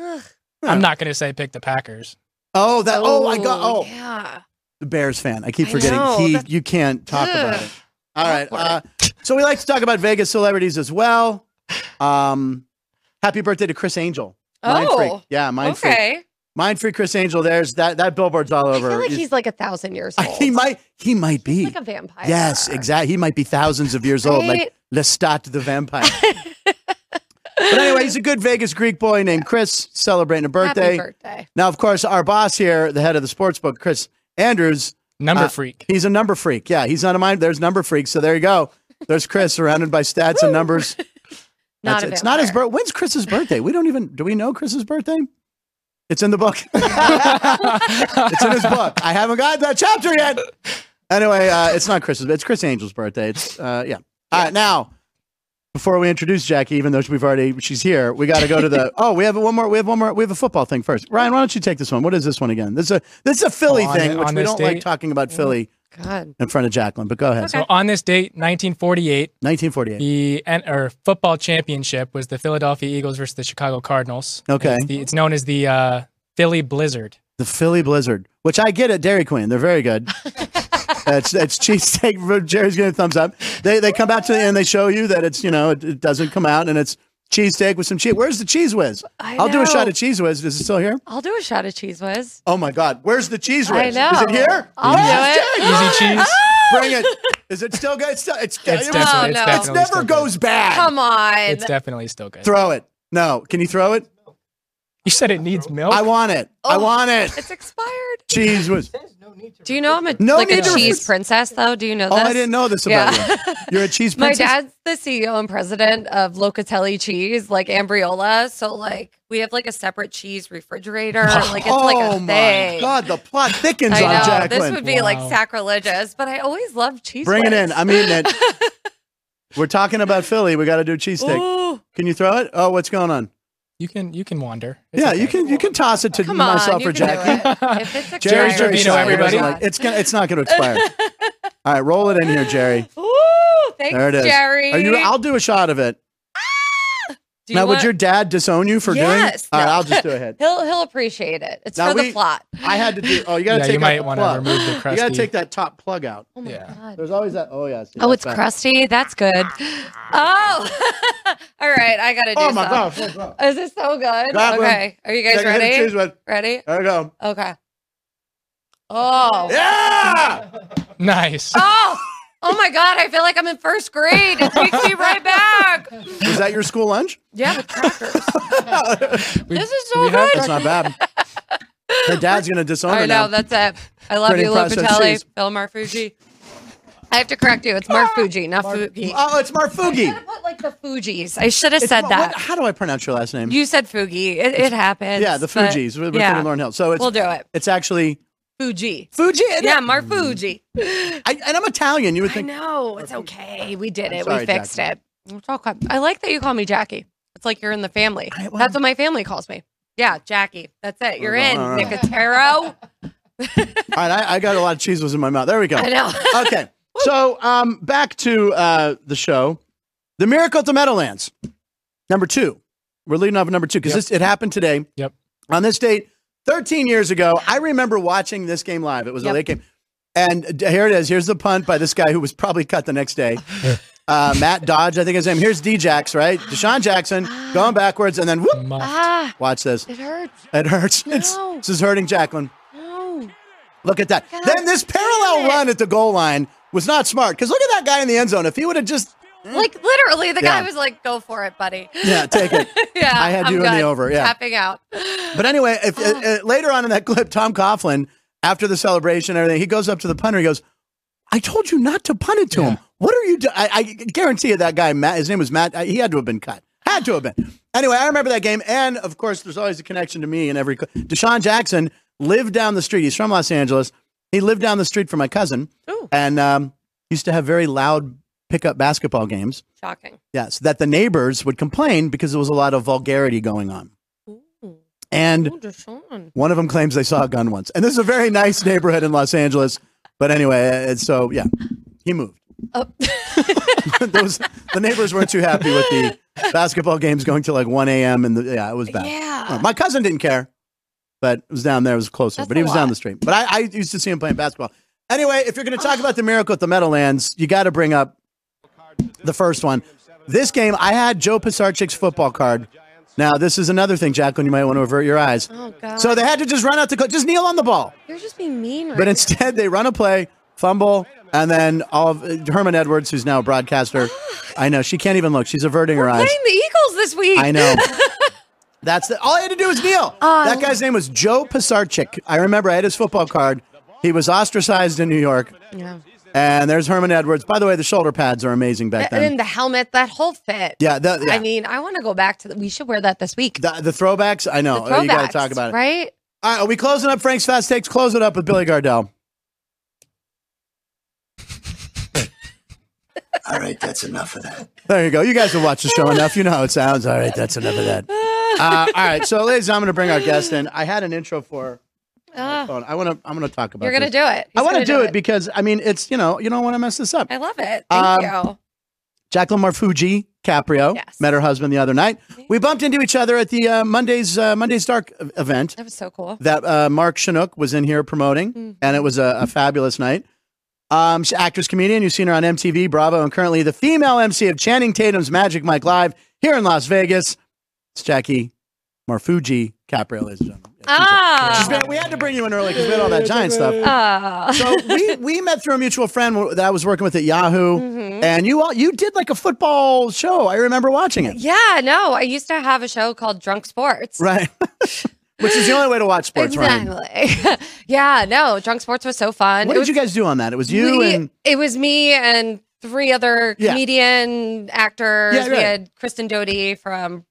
Speaker 4: Ugh.
Speaker 2: I'm not going to say pick the Packers.
Speaker 1: Oh, that. Oh, I got. Oh,
Speaker 4: yeah.
Speaker 1: the Bears fan. I keep
Speaker 4: I
Speaker 1: forgetting.
Speaker 4: know,
Speaker 1: he,
Speaker 4: that's-
Speaker 1: you can't talk about
Speaker 4: Ugh.
Speaker 1: it. All right.
Speaker 4: Awkward.
Speaker 1: Uh, so we like to talk about Vegas celebrities as well. Um, happy birthday to Chris Angel. Mind
Speaker 4: Oh,
Speaker 1: freak. Yeah, mind freak.
Speaker 4: okay.
Speaker 1: Mind freak Chris Angel. There's that. That billboard's all
Speaker 4: I
Speaker 1: over.
Speaker 4: feel like
Speaker 1: He's-
Speaker 4: he's like a thousand years old.
Speaker 1: he might. He might be.
Speaker 4: like a vampire.
Speaker 1: Yes, exactly. He might be thousands of years old, like
Speaker 4: Right?
Speaker 1: Lestat the vampire. but anyway, he's a good Vegas Greek boy named Chris celebrating a birthday.
Speaker 4: Happy birthday.
Speaker 1: Now, of course, our boss here, the head of the sports book, Chris Andrews,
Speaker 2: Number
Speaker 1: Uh,
Speaker 2: freak.
Speaker 1: he's a number freak. Yeah, he's not a mind. There's number freak. So there you go. There's Chris surrounded by stats and numbers.
Speaker 4: Not
Speaker 1: That's
Speaker 4: a
Speaker 1: it. It's not his
Speaker 4: vampire.
Speaker 1: birthday. When's Chris's birthday? We don't even, do we know Chris's birthday? It's in the book. it's in his book. I haven't got that chapter yet. Anyway, uh, it's not Chris's, but it's Chris Angel's birthday. It's uh, yeah. All right, now before we introduce Jackie, even though we've already she's here, we got to go to the. oh, we have one more. We have one more. We have a football thing first. Ryan, why don't you take this one? What is this one again? This is a this is a Philly
Speaker 2: Oh, on
Speaker 1: thing,
Speaker 2: the-
Speaker 1: which
Speaker 2: on
Speaker 1: we
Speaker 2: this
Speaker 1: don't like
Speaker 2: date?
Speaker 1: talking about Philly
Speaker 4: God.
Speaker 1: in front of Jacqueline. But go ahead.
Speaker 4: Okay.
Speaker 2: So on this date, 1948,
Speaker 1: 1948.
Speaker 2: the N- or football championship was the Philadelphia Eagles versus the Chicago Cardinals.
Speaker 1: Okay.
Speaker 2: It's, the, it's known as the uh, Philly Blizzard.
Speaker 1: The Philly Blizzard, which I get at Dairy Queen. They're very good. That's that's cheesesteak. Jerry's giving a thumbs up. They they come out to the end. They show you that it's you know it, it doesn't come out and it's cheesesteak with some cheese. Where's the cheese whiz?
Speaker 4: I
Speaker 1: will do a
Speaker 4: know.
Speaker 1: shot of cheese whiz. Is it still here?
Speaker 4: I'll do a shot of cheese whiz.
Speaker 1: Oh my God! Where's the cheese whiz?
Speaker 4: I know.
Speaker 1: Is it here?
Speaker 4: I'll
Speaker 1: Yes,
Speaker 4: do it.
Speaker 1: Jerry,
Speaker 2: Easy cheese.
Speaker 1: Ah! Bring it. Is it still good? It's still, it's,
Speaker 2: It's
Speaker 1: it was-
Speaker 4: Oh,
Speaker 2: definitely,
Speaker 4: no.
Speaker 2: it's
Speaker 4: It's
Speaker 1: it's
Speaker 2: definitely
Speaker 1: never
Speaker 2: still
Speaker 1: goes bad.
Speaker 4: Come on.
Speaker 2: Good. It's definitely still good.
Speaker 1: Throw it. No. Can you throw it?
Speaker 2: You said it needs milk.
Speaker 1: I want it. I
Speaker 4: Oh.
Speaker 1: want it.
Speaker 4: It's expired.
Speaker 1: Cheese whiz.
Speaker 4: Do you know I'm a,
Speaker 1: No
Speaker 4: like a
Speaker 1: need to-
Speaker 4: cheese princess, though? Do you know
Speaker 1: Oh,
Speaker 4: this?
Speaker 1: I didn't know this about
Speaker 4: Yeah.
Speaker 1: you. You're a cheese
Speaker 4: My
Speaker 1: princess.
Speaker 4: dad's the CEO and president of Locatelli Cheese, like Ambriola. So, like, we have like a separate cheese refrigerator. Like, it's like a
Speaker 1: oh my
Speaker 4: thing.
Speaker 1: God! The plot thickens on
Speaker 4: I know
Speaker 1: Jacqueline.
Speaker 4: this would be
Speaker 2: Wow.
Speaker 4: like sacrilegious, but I always love cheese.
Speaker 1: Bring it
Speaker 4: whiz.
Speaker 1: in. I'm eating it. We're talking about Philly. We got to do a cheesesteak.
Speaker 4: Ooh,
Speaker 1: Can you throw it? Oh, what's going on?
Speaker 2: you can you can wander. It's
Speaker 1: yeah,
Speaker 2: okay.
Speaker 1: you can you can toss it to
Speaker 4: come on,
Speaker 1: myself
Speaker 4: you
Speaker 1: or
Speaker 4: can do
Speaker 1: Jackie.
Speaker 4: it. If it's
Speaker 1: Jerry's
Speaker 4: expired,
Speaker 1: very
Speaker 2: Jerry,
Speaker 1: shy.
Speaker 4: why
Speaker 2: everybody.
Speaker 4: not?
Speaker 1: It's gonna, it's not going to expire. All right, roll it in here, Jerry.
Speaker 4: Ooh, thanks,
Speaker 1: There it is.
Speaker 4: Jerry.
Speaker 1: Are you, I'll do a shot of it.
Speaker 4: Do you
Speaker 1: now, would
Speaker 4: want-
Speaker 1: your dad disown you for doing? it?
Speaker 4: Yes,
Speaker 1: All right,
Speaker 4: no.
Speaker 1: I'll just do a hit.
Speaker 4: He'll he'll appreciate it. It's
Speaker 1: Now
Speaker 4: for
Speaker 1: we-
Speaker 4: the plot.
Speaker 1: I had to do. Oh, you got to
Speaker 2: Yeah,
Speaker 1: take
Speaker 2: you
Speaker 1: out
Speaker 2: might
Speaker 1: the
Speaker 2: wanna
Speaker 1: plug.
Speaker 2: remove the
Speaker 1: You got to
Speaker 2: crusty-
Speaker 1: take that top plug out.
Speaker 4: Oh my
Speaker 2: Yeah.
Speaker 4: god.
Speaker 1: There's always that. Oh yeah. see,
Speaker 4: Oh,
Speaker 1: that's
Speaker 4: it's
Speaker 1: back.
Speaker 4: crusty. That's good. Oh, all right. I gotta do.
Speaker 1: Oh my
Speaker 4: some.
Speaker 1: god. fuck, fuck.
Speaker 4: Is this so good?
Speaker 1: Grab 'em.
Speaker 4: okay. Are you guys
Speaker 1: Take a hit of cheese
Speaker 4: ready?
Speaker 1: with-
Speaker 4: Ready?
Speaker 1: There we go.
Speaker 4: Okay. Oh.
Speaker 1: Yeah.
Speaker 2: Nice.
Speaker 4: Oh. Oh my god. I feel like I'm in first grade. It takes me right back.
Speaker 1: Is that your school lunch?
Speaker 4: Yeah, with crackers.
Speaker 2: We-
Speaker 4: This is
Speaker 2: do
Speaker 4: so
Speaker 2: we have-
Speaker 1: That's not bad. Her dad's gonna disown
Speaker 4: I
Speaker 1: her
Speaker 4: know.
Speaker 1: now.
Speaker 4: That's it. I love
Speaker 1: Pretty
Speaker 4: you,
Speaker 1: impressive cheese. Ah!
Speaker 4: Lopatelli. Bill Marfuji. I have to correct you. It's Marfuji, not Fuji.
Speaker 1: Oh, it's
Speaker 4: I
Speaker 1: Marfugi.
Speaker 4: should have put like the Fuji's. I should have
Speaker 1: It's
Speaker 4: said
Speaker 1: Mar-
Speaker 4: that.
Speaker 1: what- how do I pronounce your last name?
Speaker 4: You said Fuji. It, it happens.
Speaker 1: yeah, the
Speaker 4: but-
Speaker 1: Fuji's with, with
Speaker 4: yeah.
Speaker 1: Lauren Hill. So it's
Speaker 4: We'll do it.
Speaker 1: it's actually
Speaker 4: Fuji.
Speaker 1: Fuji. And
Speaker 4: Yeah, Marfuji.
Speaker 1: I, and I'm Italian. You would
Speaker 4: I
Speaker 1: think.
Speaker 4: know. It's okay. We did
Speaker 1: I'm
Speaker 4: it.
Speaker 1: sorry,
Speaker 4: we fixed
Speaker 1: Jackie.
Speaker 4: it. It's all good. I like that you call me Jackie. It's like you're in the family.
Speaker 1: I- well-
Speaker 4: That's what my family calls me. Yeah, Jackie. That's it. You're
Speaker 1: Hold
Speaker 4: in.
Speaker 1: on, all right.
Speaker 4: Nicotero.
Speaker 1: All right, I, I got a lot of cheese was in my mouth. There we go.
Speaker 4: I know.
Speaker 1: Okay, so um, back to uh, the show, the miracle at the Meadowlands, number two. We're leading off with number two because
Speaker 2: Yep.
Speaker 1: this it happened today.
Speaker 2: Yep.
Speaker 1: On this date, 13 years ago, I remember watching this game live. It was a
Speaker 4: Yep.
Speaker 1: late game, and d- here it is. Here's the punt by this guy who was probably cut the next day. Uh, Matt Dodge, I think his name. Here's Djax, right? Deshaun Jackson going backwards, and then whoop.
Speaker 2: Muff.
Speaker 4: ah,
Speaker 1: Watch this.
Speaker 4: it hurts.
Speaker 1: It hurts. It's,
Speaker 4: No.
Speaker 1: this is hurting Jacqueline.
Speaker 4: No.
Speaker 1: Look at that.
Speaker 4: God
Speaker 1: then this parallel
Speaker 4: damn it.
Speaker 1: run at the goal line was not smart because look at that guy in the end zone. If he would have just
Speaker 4: Like literally, the
Speaker 1: Yeah.
Speaker 4: guy was like, "Go for it, buddy."
Speaker 1: yeah, take it.
Speaker 4: yeah,
Speaker 1: I had
Speaker 4: I'm
Speaker 1: you in the
Speaker 4: good.
Speaker 1: over, yeah.
Speaker 4: tapping out.
Speaker 1: But anyway, if uh, uh, later on in that clip, Tom Coughlin after the celebration and everything, he goes up to the punter. He goes, "I told you not to punt it to him. What are you doing?" I, I guarantee you that guy Matt. His name was Matt. uh, He had to have been cut. Had to have been. Anyway, I remember that game, and of course, there's always a connection to me in every. cl- Deshaun Jackson lived down the street. He's from Los Angeles. He lived down the street from my cousin,
Speaker 4: Ooh.
Speaker 1: and um, used to have very loud pickup basketball games.
Speaker 4: Shocking.
Speaker 1: Yes, that the neighbors would complain because there was a lot of vulgarity going on.
Speaker 4: Ooh,
Speaker 1: And
Speaker 4: Ooh, Deshaun.
Speaker 1: one of them claims they saw a gun once. And this is a very nice neighborhood in Los Angeles. But anyway, uh, so yeah, he moved.
Speaker 4: Oh.
Speaker 1: Those the neighbors weren't too happy with the basketball games going till like 1 a.m. and the, yeah, it was bad.
Speaker 4: yeah.
Speaker 1: Uh, My cousin didn't care, but it was down there. It was closer,
Speaker 4: That's
Speaker 1: but he
Speaker 4: a
Speaker 1: was
Speaker 4: lot.
Speaker 1: down the street. But I, I used to see him playing basketball. Anyway, if you're going to talk about the miracle at the Meadowlands, you got to bring up the first one. This game, I had Joe Pisarcik's football card. Now, this is another thing, Jacqueline. You might want to avert your eyes.
Speaker 4: Oh god.
Speaker 1: So they had to just run out to co- just kneel on the ball,
Speaker 4: You're just being mean. Right
Speaker 1: but instead they run a play, fumble, and then all of, Herman Edwards, who's now a broadcaster. I know she can't even look; she's averting her
Speaker 4: now.
Speaker 1: eyes.
Speaker 4: playing the Eagles this week.
Speaker 1: I know. That's the, all I had to do was kneel.
Speaker 4: Oh,
Speaker 1: that
Speaker 4: I-
Speaker 1: guy's name was Joe Pisarcik. I remember I had his football card. He was ostracized in New York.
Speaker 4: Yeah.
Speaker 1: And there's Herman Edwards. By the way, the shoulder pads are amazing back
Speaker 4: And then
Speaker 1: then.
Speaker 4: the helmet, that whole fit.
Speaker 1: Yeah, the, yeah.
Speaker 4: I mean, I want to go back to the, we should wear that this week.
Speaker 1: the, the throwbacks. I know.
Speaker 4: The
Speaker 1: you got
Speaker 4: throwbacks,
Speaker 1: to talk about it.
Speaker 4: Right?
Speaker 1: All right, are we closing up Frank's Fast Takes? Close it up with Billy Gardell.
Speaker 3: All right, that's enough of that.
Speaker 1: There you go. You guys have watched the show enough. You know how it sounds. All right, that's enough of that. Uh, all right, so ladies, I'm going to bring our guest in. I had an intro for her.
Speaker 4: Ah,
Speaker 1: Hold on. I want to. I'm going to talk about.
Speaker 4: you're gonna
Speaker 1: this.
Speaker 4: do it.
Speaker 1: I
Speaker 4: He's
Speaker 1: want to
Speaker 4: gonna
Speaker 1: do it because I mean it's you know you don't want to mess this up.
Speaker 4: I love it. Thank
Speaker 1: Um,
Speaker 4: you.
Speaker 1: Jacqueline Marfuji Caprio
Speaker 4: Yes.
Speaker 1: met her husband the other night. We bumped into each other at the uh, Monday's uh, Monday's Dark e- event
Speaker 4: That was so cool.
Speaker 1: that uh, Mark Chinook was in here promoting,
Speaker 4: Mhm.
Speaker 1: and it was a, a fabulous night. Um, she's an actress, comedian. You've seen her on MTV, Bravo, and currently the female MC of Channing Tatum's Magic Mike Live here in Las Vegas. It's Jackie Marfuji Caprio, ladies and gentlemen. Yeah, she's a- she's
Speaker 4: Ah,
Speaker 1: been- we had to bring you in early because we had all that giant stuff.
Speaker 4: ah.
Speaker 1: So we, we met through a mutual friend that I was working with at Yahoo,
Speaker 4: Mhm.
Speaker 1: and you all you did like a football show. I remember watching it.
Speaker 4: Yeah, no, I used to have a show called Drunk Sports.
Speaker 1: Right, which is the only way to watch sports. Right?
Speaker 4: Exactly. yeah, no, Drunk Sports was so fun.
Speaker 1: What
Speaker 4: It
Speaker 1: did
Speaker 4: was
Speaker 1: you guys do on that? It was you
Speaker 4: we-
Speaker 1: and
Speaker 4: it was me and three other
Speaker 1: Yeah.
Speaker 4: comedian actors.
Speaker 1: Yeah,
Speaker 4: We
Speaker 1: right.
Speaker 4: had Kristen Doty from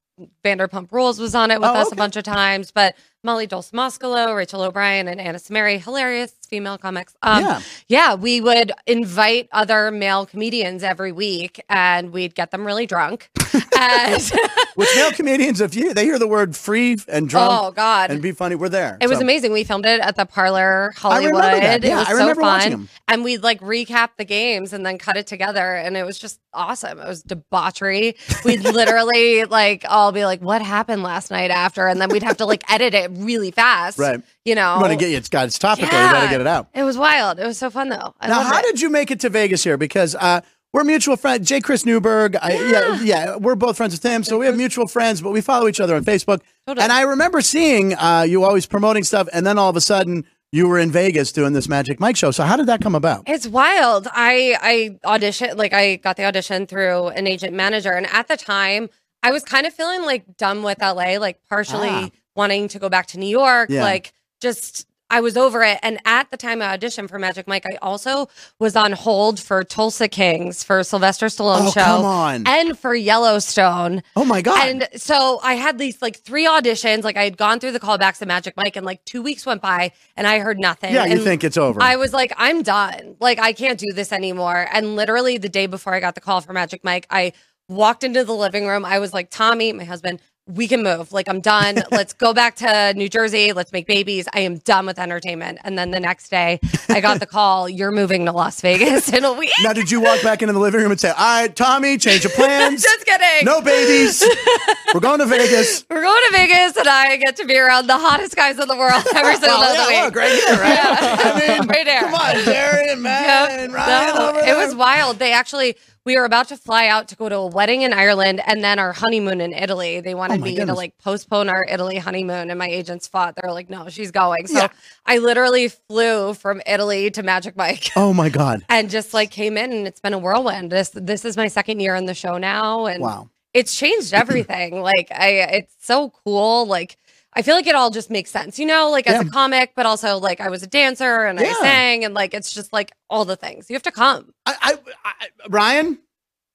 Speaker 4: Vanderpump Rules was on it with
Speaker 1: Oh,
Speaker 4: us
Speaker 1: okay.
Speaker 4: a bunch of times, but Molly Dulce Moscolo, Rachel O'Brien, and Anna Samari, hilarious female comics. Um,
Speaker 1: Yeah.
Speaker 4: yeah, we would invite other male comedians every week, and we'd get them really drunk. and,
Speaker 1: which male comedians of you they hear the word free and drunk
Speaker 4: oh God,
Speaker 1: and be funny. We're there.
Speaker 4: It was
Speaker 1: So-
Speaker 4: amazing. We filmed it at the Parlor
Speaker 1: remember
Speaker 4: Hollywood.
Speaker 1: that. Yeah,
Speaker 4: it was
Speaker 1: I
Speaker 4: so
Speaker 1: remember
Speaker 4: fun.
Speaker 1: watching 'em.
Speaker 4: And we'd like recap the games and then cut it together. And it was just awesome. It was debauchery. We'd literally like all be like, what happened last night after? And then we'd have to like edit it really fast.
Speaker 1: Right.
Speaker 4: You know.
Speaker 1: You want to get it's got it's topical. You got to
Speaker 4: Yeah.
Speaker 1: get it out.
Speaker 4: it was wild. It was so fun though. I
Speaker 1: now,
Speaker 4: loved
Speaker 1: how
Speaker 4: it.
Speaker 1: did you make it to Vegas here? Because uh, we're mutual friends. J. Chris Newberg. I, yeah. yeah, we're both friends with him, so we have mutual friends. But we follow each other on Facebook.
Speaker 4: Totally.
Speaker 1: And I remember seeing uh, you always promoting stuff, and then all of a sudden you were in Vegas doing this Magic Mike show. So how did that come about?
Speaker 4: It's wild. I I auditioned like I got the audition through an agent manager and at the time I was kind of feeling like done with LA, like partially
Speaker 1: Ah.
Speaker 4: wanting to go back to New York,
Speaker 1: Yeah.
Speaker 4: like just I was over it. And at the time I auditioned for Magic Mike, I also was on hold for Tulsa Kings for Sylvester Stallone
Speaker 1: oh
Speaker 4: show
Speaker 1: come on!
Speaker 4: and for Yellowstone.
Speaker 1: oh my God!
Speaker 4: And so I had these like three auditions. Like I had gone through the callbacks of Magic Mike, and like two weeks went by, and I heard nothing.
Speaker 1: yeah, you
Speaker 4: And
Speaker 1: think it's over?
Speaker 4: I was like, I'm done. Like, I can't do this anymore. And literally, the day before I got the call for Magic Mike, I walked into the living room. I was like, Tommy, my husband, we can move. Like, I'm done. Let's go back to New Jersey. Let's make babies. I am done with entertainment. And then the next day, I got the call, you're moving to Las Vegas in a week.
Speaker 1: now, did you walk back into the living room and say, "All right, Tommy, change of plans"?
Speaker 4: Just kidding.
Speaker 1: no babies. we're going to Vegas.
Speaker 4: We're going to Vegas, and I get to be around the hottest guys in the world every single
Speaker 1: Well,
Speaker 4: other
Speaker 1: yeah,
Speaker 4: week.
Speaker 1: look, right here, right?
Speaker 4: Yeah. right there.
Speaker 1: Come on, Darren,
Speaker 4: Yep.
Speaker 1: man, Ryan
Speaker 4: No,
Speaker 1: over
Speaker 4: it
Speaker 1: there.
Speaker 4: was wild. They actually, we were about to fly out to go to a wedding in Ireland and then our honeymoon in Italy. They wanted
Speaker 1: Oh my
Speaker 4: me to
Speaker 1: goodness.
Speaker 4: like postpone our Italy honeymoon, and my agents fought. They're like, "No, she's going." So
Speaker 1: Yeah.
Speaker 4: I literally flew from Italy to Magic Mike.
Speaker 1: Oh my God!
Speaker 4: And just like came in, and it's been a whirlwind. This this is my second year in the show now, and
Speaker 1: Wow.
Speaker 4: it's changed everything. like I, it's so cool. Like I feel like it all just makes sense, you know. Like as
Speaker 1: Yeah.
Speaker 4: a comic, but also like I was a dancer and I
Speaker 1: Yeah.
Speaker 4: sang, and like it's just like all the things you have to come.
Speaker 1: I, I, I Ryan,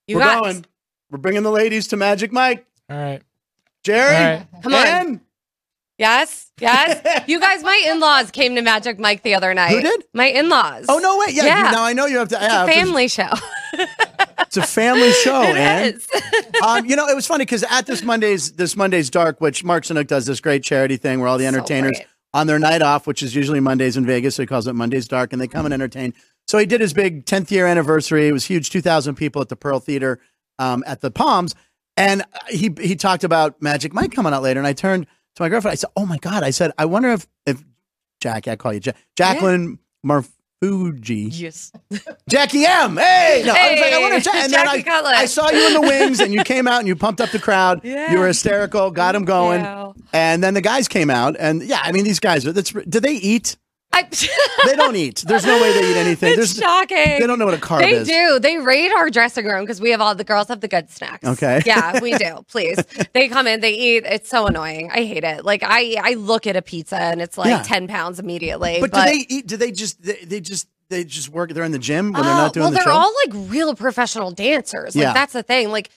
Speaker 4: You
Speaker 1: we're
Speaker 4: guys,
Speaker 1: going. We're bringing the ladies to Magic Mike.
Speaker 2: All right.
Speaker 1: Jerry,
Speaker 2: All right.
Speaker 4: Come on.
Speaker 1: Ann,
Speaker 4: yes, yes. you guys, my in laws came to Magic Mike the other night.
Speaker 1: did?
Speaker 4: My in laws.
Speaker 1: Oh no! Wait, yeah.
Speaker 4: Yeah.
Speaker 1: You, now I Oh, know you have to.
Speaker 4: It's
Speaker 1: yeah,
Speaker 4: a family show.
Speaker 1: It's a family show,
Speaker 4: It
Speaker 1: Ann.
Speaker 4: is.
Speaker 1: um, you know, it was funny because at this Monday's this Monday's Dark, which Mark Sinook does this great charity thing where all the
Speaker 4: So
Speaker 1: entertainers
Speaker 4: great.
Speaker 1: on their night off, which is usually Mondays in Vegas, so he calls it Mondays Dark, and they come and
Speaker 4: Mm-hmm.
Speaker 1: entertain. So he did his big 10th year anniversary. It was huge, 2,000 people at the Pearl Theater um, at the Palms, and uh, he he talked about Magic Mike coming out later. And I turned to my girlfriend. I said, "Oh my God!" I said, "I wonder if if Jack, I call you Jack, Jacqueline Marfuji."
Speaker 4: Yes.
Speaker 1: Jackie M. Hey, no, I was like, I
Speaker 4: Hey,
Speaker 1: want to chat. And
Speaker 4: Jackie
Speaker 1: then
Speaker 4: Cutler.
Speaker 1: I, I saw you in the wings, and you came out and you pumped up the crowd.
Speaker 4: Yeah.
Speaker 1: You were hysterical, got them going,
Speaker 4: Yeah.
Speaker 1: and then the guys came out, and yeah, I mean, these guys. are- That's do they eat?
Speaker 4: I-
Speaker 1: They don't eat. There's no way they eat anything.
Speaker 4: It's
Speaker 1: There's,
Speaker 4: shocking.
Speaker 1: they don't know what a carb
Speaker 4: They
Speaker 1: is.
Speaker 4: do. They raid our dressing room because we have all the girls have the good snacks.
Speaker 1: Okay.
Speaker 4: Yeah, we do. Please, they come in, they eat. It's so annoying. I hate it. Like I, I look at a pizza and it's like
Speaker 1: Yeah.
Speaker 4: ten pounds immediately.
Speaker 1: But,
Speaker 4: But,
Speaker 1: do they eat? Do they just? They, they just? They just work. They're in the gym when they're
Speaker 4: Ah,
Speaker 1: not doing
Speaker 4: well,
Speaker 1: the
Speaker 4: they're
Speaker 1: show.
Speaker 4: all like real professional dancers. Like
Speaker 1: Yeah.
Speaker 4: that's the thing. Like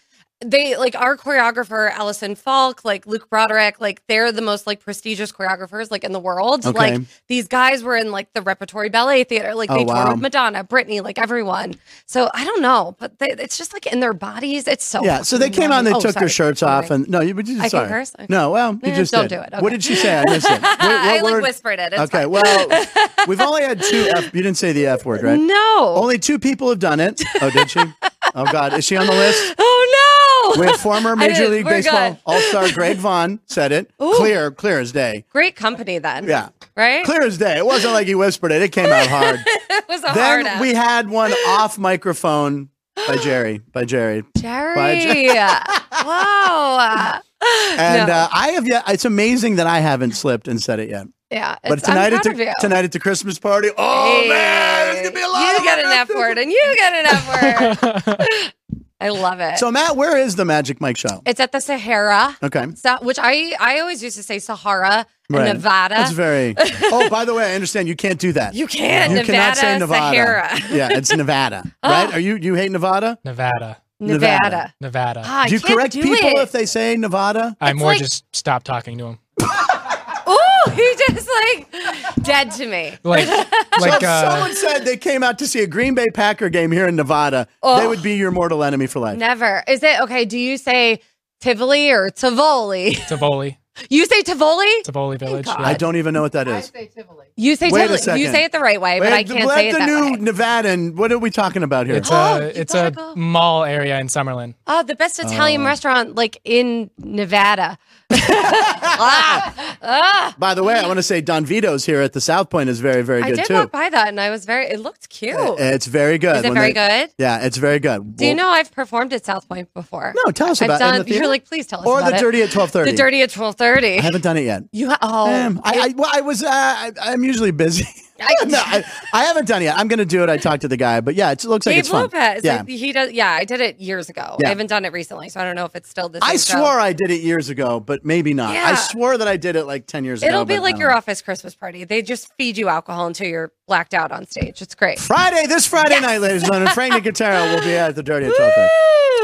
Speaker 4: they like our choreographer Allison Falk, like Luke Broderick, like they're the most like prestigious choreographers like in the world.
Speaker 1: Okay.
Speaker 4: Like these guys were in like the repertory ballet theater, like
Speaker 1: Oh,
Speaker 4: they toured
Speaker 1: wow.
Speaker 4: with Madonna, Britney, like everyone. So I don't know, but they, it's just like in their bodies. It's so
Speaker 1: yeah, so they
Speaker 4: fucking
Speaker 1: came out and they
Speaker 4: annoying.
Speaker 1: took
Speaker 4: Oh,
Speaker 1: their
Speaker 4: sorry.
Speaker 1: shirts
Speaker 4: Sorry.
Speaker 1: off, and no, you, but you
Speaker 4: I can
Speaker 1: sorry.
Speaker 4: curse? Okay.
Speaker 1: No, well, you
Speaker 4: Eh,
Speaker 1: just
Speaker 4: don't
Speaker 1: did.
Speaker 4: do it. Okay.
Speaker 1: What did she say? I missed it. What, what
Speaker 4: I like
Speaker 1: word?
Speaker 4: whispered it. It's
Speaker 1: Okay,
Speaker 4: fine.
Speaker 1: well, we've only had two. F, you didn't say the F word, right?
Speaker 4: no.
Speaker 1: Only two people have done it. Oh, did she? Oh God, is she on the list?
Speaker 4: oh no.
Speaker 1: We have former
Speaker 4: I
Speaker 1: Major
Speaker 4: didn't-
Speaker 1: League
Speaker 4: we're
Speaker 1: Baseball
Speaker 4: good.
Speaker 1: All Star Greg Vaughn said it. Clear, clear as day.
Speaker 4: Great company then.
Speaker 1: Yeah.
Speaker 4: Right?
Speaker 1: Clear as day. It wasn't like he whispered it. It came out hard.
Speaker 4: It was a hard
Speaker 1: then
Speaker 4: ass.
Speaker 1: we had one off microphone by Jerry. By Jerry.
Speaker 4: Jerry. wow.
Speaker 1: And
Speaker 4: No.
Speaker 1: uh, I have yet. It's amazing that I haven't slipped and said it yet.
Speaker 4: Yeah. It's,
Speaker 1: But tonight,
Speaker 4: I'm
Speaker 1: at
Speaker 4: proud of
Speaker 1: the,
Speaker 4: you.
Speaker 1: tonight at the Christmas party. Oh man, there's gonna be a lot.
Speaker 4: You
Speaker 1: of
Speaker 4: get an F word and you get an F word. I love it.
Speaker 1: So Matt, where is the Magic Mike show?
Speaker 4: it's at the Sahara,
Speaker 1: Okay.
Speaker 4: so, which I, I always used to say Sahara and
Speaker 1: Right.
Speaker 4: Nevada.
Speaker 1: That's very. Oh, by the way, I understand you can't do that.
Speaker 4: you can't.
Speaker 1: You
Speaker 4: Nevada,
Speaker 1: cannot say Nevada.
Speaker 4: Sahara. Oh.
Speaker 1: Yeah, it's Nevada, right? Are you you hate Nevada?
Speaker 2: Nevada.
Speaker 1: Nevada.
Speaker 4: Nevada.
Speaker 2: Nevada.
Speaker 4: Ah, I
Speaker 1: do you
Speaker 4: can't
Speaker 1: correct
Speaker 4: do
Speaker 1: people
Speaker 4: it.
Speaker 1: if they say Nevada?
Speaker 2: I more
Speaker 4: like-
Speaker 2: just stopped talking to him.
Speaker 4: Ooh, he just like dead to me.
Speaker 2: Like,
Speaker 1: So
Speaker 2: like
Speaker 1: if
Speaker 2: uh,
Speaker 1: someone said they came out to see a Green Bay Packer game here in Nevada, they
Speaker 4: Oh.
Speaker 1: would be your mortal enemy for life.
Speaker 4: Never. Is it okay? Do you say Tivoli or Tivoli?
Speaker 2: Tivoli.
Speaker 4: You say Tivoli?
Speaker 2: Tivoli Village.
Speaker 4: God.
Speaker 1: I
Speaker 2: Yeah.
Speaker 1: don't even know what that is.
Speaker 4: You say
Speaker 1: Wait a
Speaker 4: Tivoli. You
Speaker 1: second.
Speaker 4: say it the right way, but I
Speaker 1: Wait,
Speaker 4: can't
Speaker 1: let
Speaker 4: say it
Speaker 1: the
Speaker 4: that
Speaker 1: new
Speaker 4: way.
Speaker 1: Nevadan. What are we talking about here?
Speaker 2: It's
Speaker 4: Oh,
Speaker 2: a,
Speaker 4: you
Speaker 2: it's
Speaker 4: gotta
Speaker 2: a
Speaker 4: go.
Speaker 2: mall area in Summerlin.
Speaker 4: Oh, the best Italian restaurant like in Nevada. ah, ah.
Speaker 1: By the way, I want to say Don Vito's here at the South Point is very, very
Speaker 4: I
Speaker 1: good
Speaker 4: did
Speaker 1: too.
Speaker 4: walk by that and I was very it looked cute.
Speaker 1: It's very good.
Speaker 4: Is it
Speaker 1: When
Speaker 4: very
Speaker 1: they-
Speaker 4: good?
Speaker 1: Yeah, it's very good.
Speaker 4: Do you
Speaker 1: Well,
Speaker 4: know I've performed at South Point before?
Speaker 1: No, tell us
Speaker 4: I've
Speaker 1: about it. In
Speaker 4: done,
Speaker 1: the theater?
Speaker 4: You're like, please tell us
Speaker 1: Or
Speaker 4: about
Speaker 1: the
Speaker 4: it.
Speaker 1: dirty at twelve thirty.
Speaker 4: The dirty at twelve thirty.
Speaker 1: I haven't done it yet.
Speaker 4: You ha- oh
Speaker 1: Damn. I, I, well, I was. Uh, I, I'm usually busy. no, I, I haven't done it yet. I'm going to do it. I talked to the guy, but yeah, it looks like
Speaker 4: Gabe
Speaker 1: it's fun.
Speaker 4: Lopez.
Speaker 1: Yeah.
Speaker 4: Like, he does. Yeah, I did it years ago.
Speaker 1: Yeah.
Speaker 4: I haven't done it recently, so I don't know if it's still the.
Speaker 1: I
Speaker 4: same show.
Speaker 1: swore I did it years ago, but maybe not. I
Speaker 4: Yeah.
Speaker 1: swore that I did it like 10 years ago.
Speaker 4: It'll be
Speaker 1: but
Speaker 4: like
Speaker 1: no.
Speaker 4: your office Christmas party. They just feed you alcohol until you're blacked out on stage. It's great.
Speaker 1: Friday, this Friday night, ladies and gentlemen, Frank Nicotero will be at the Dirty at 12:30.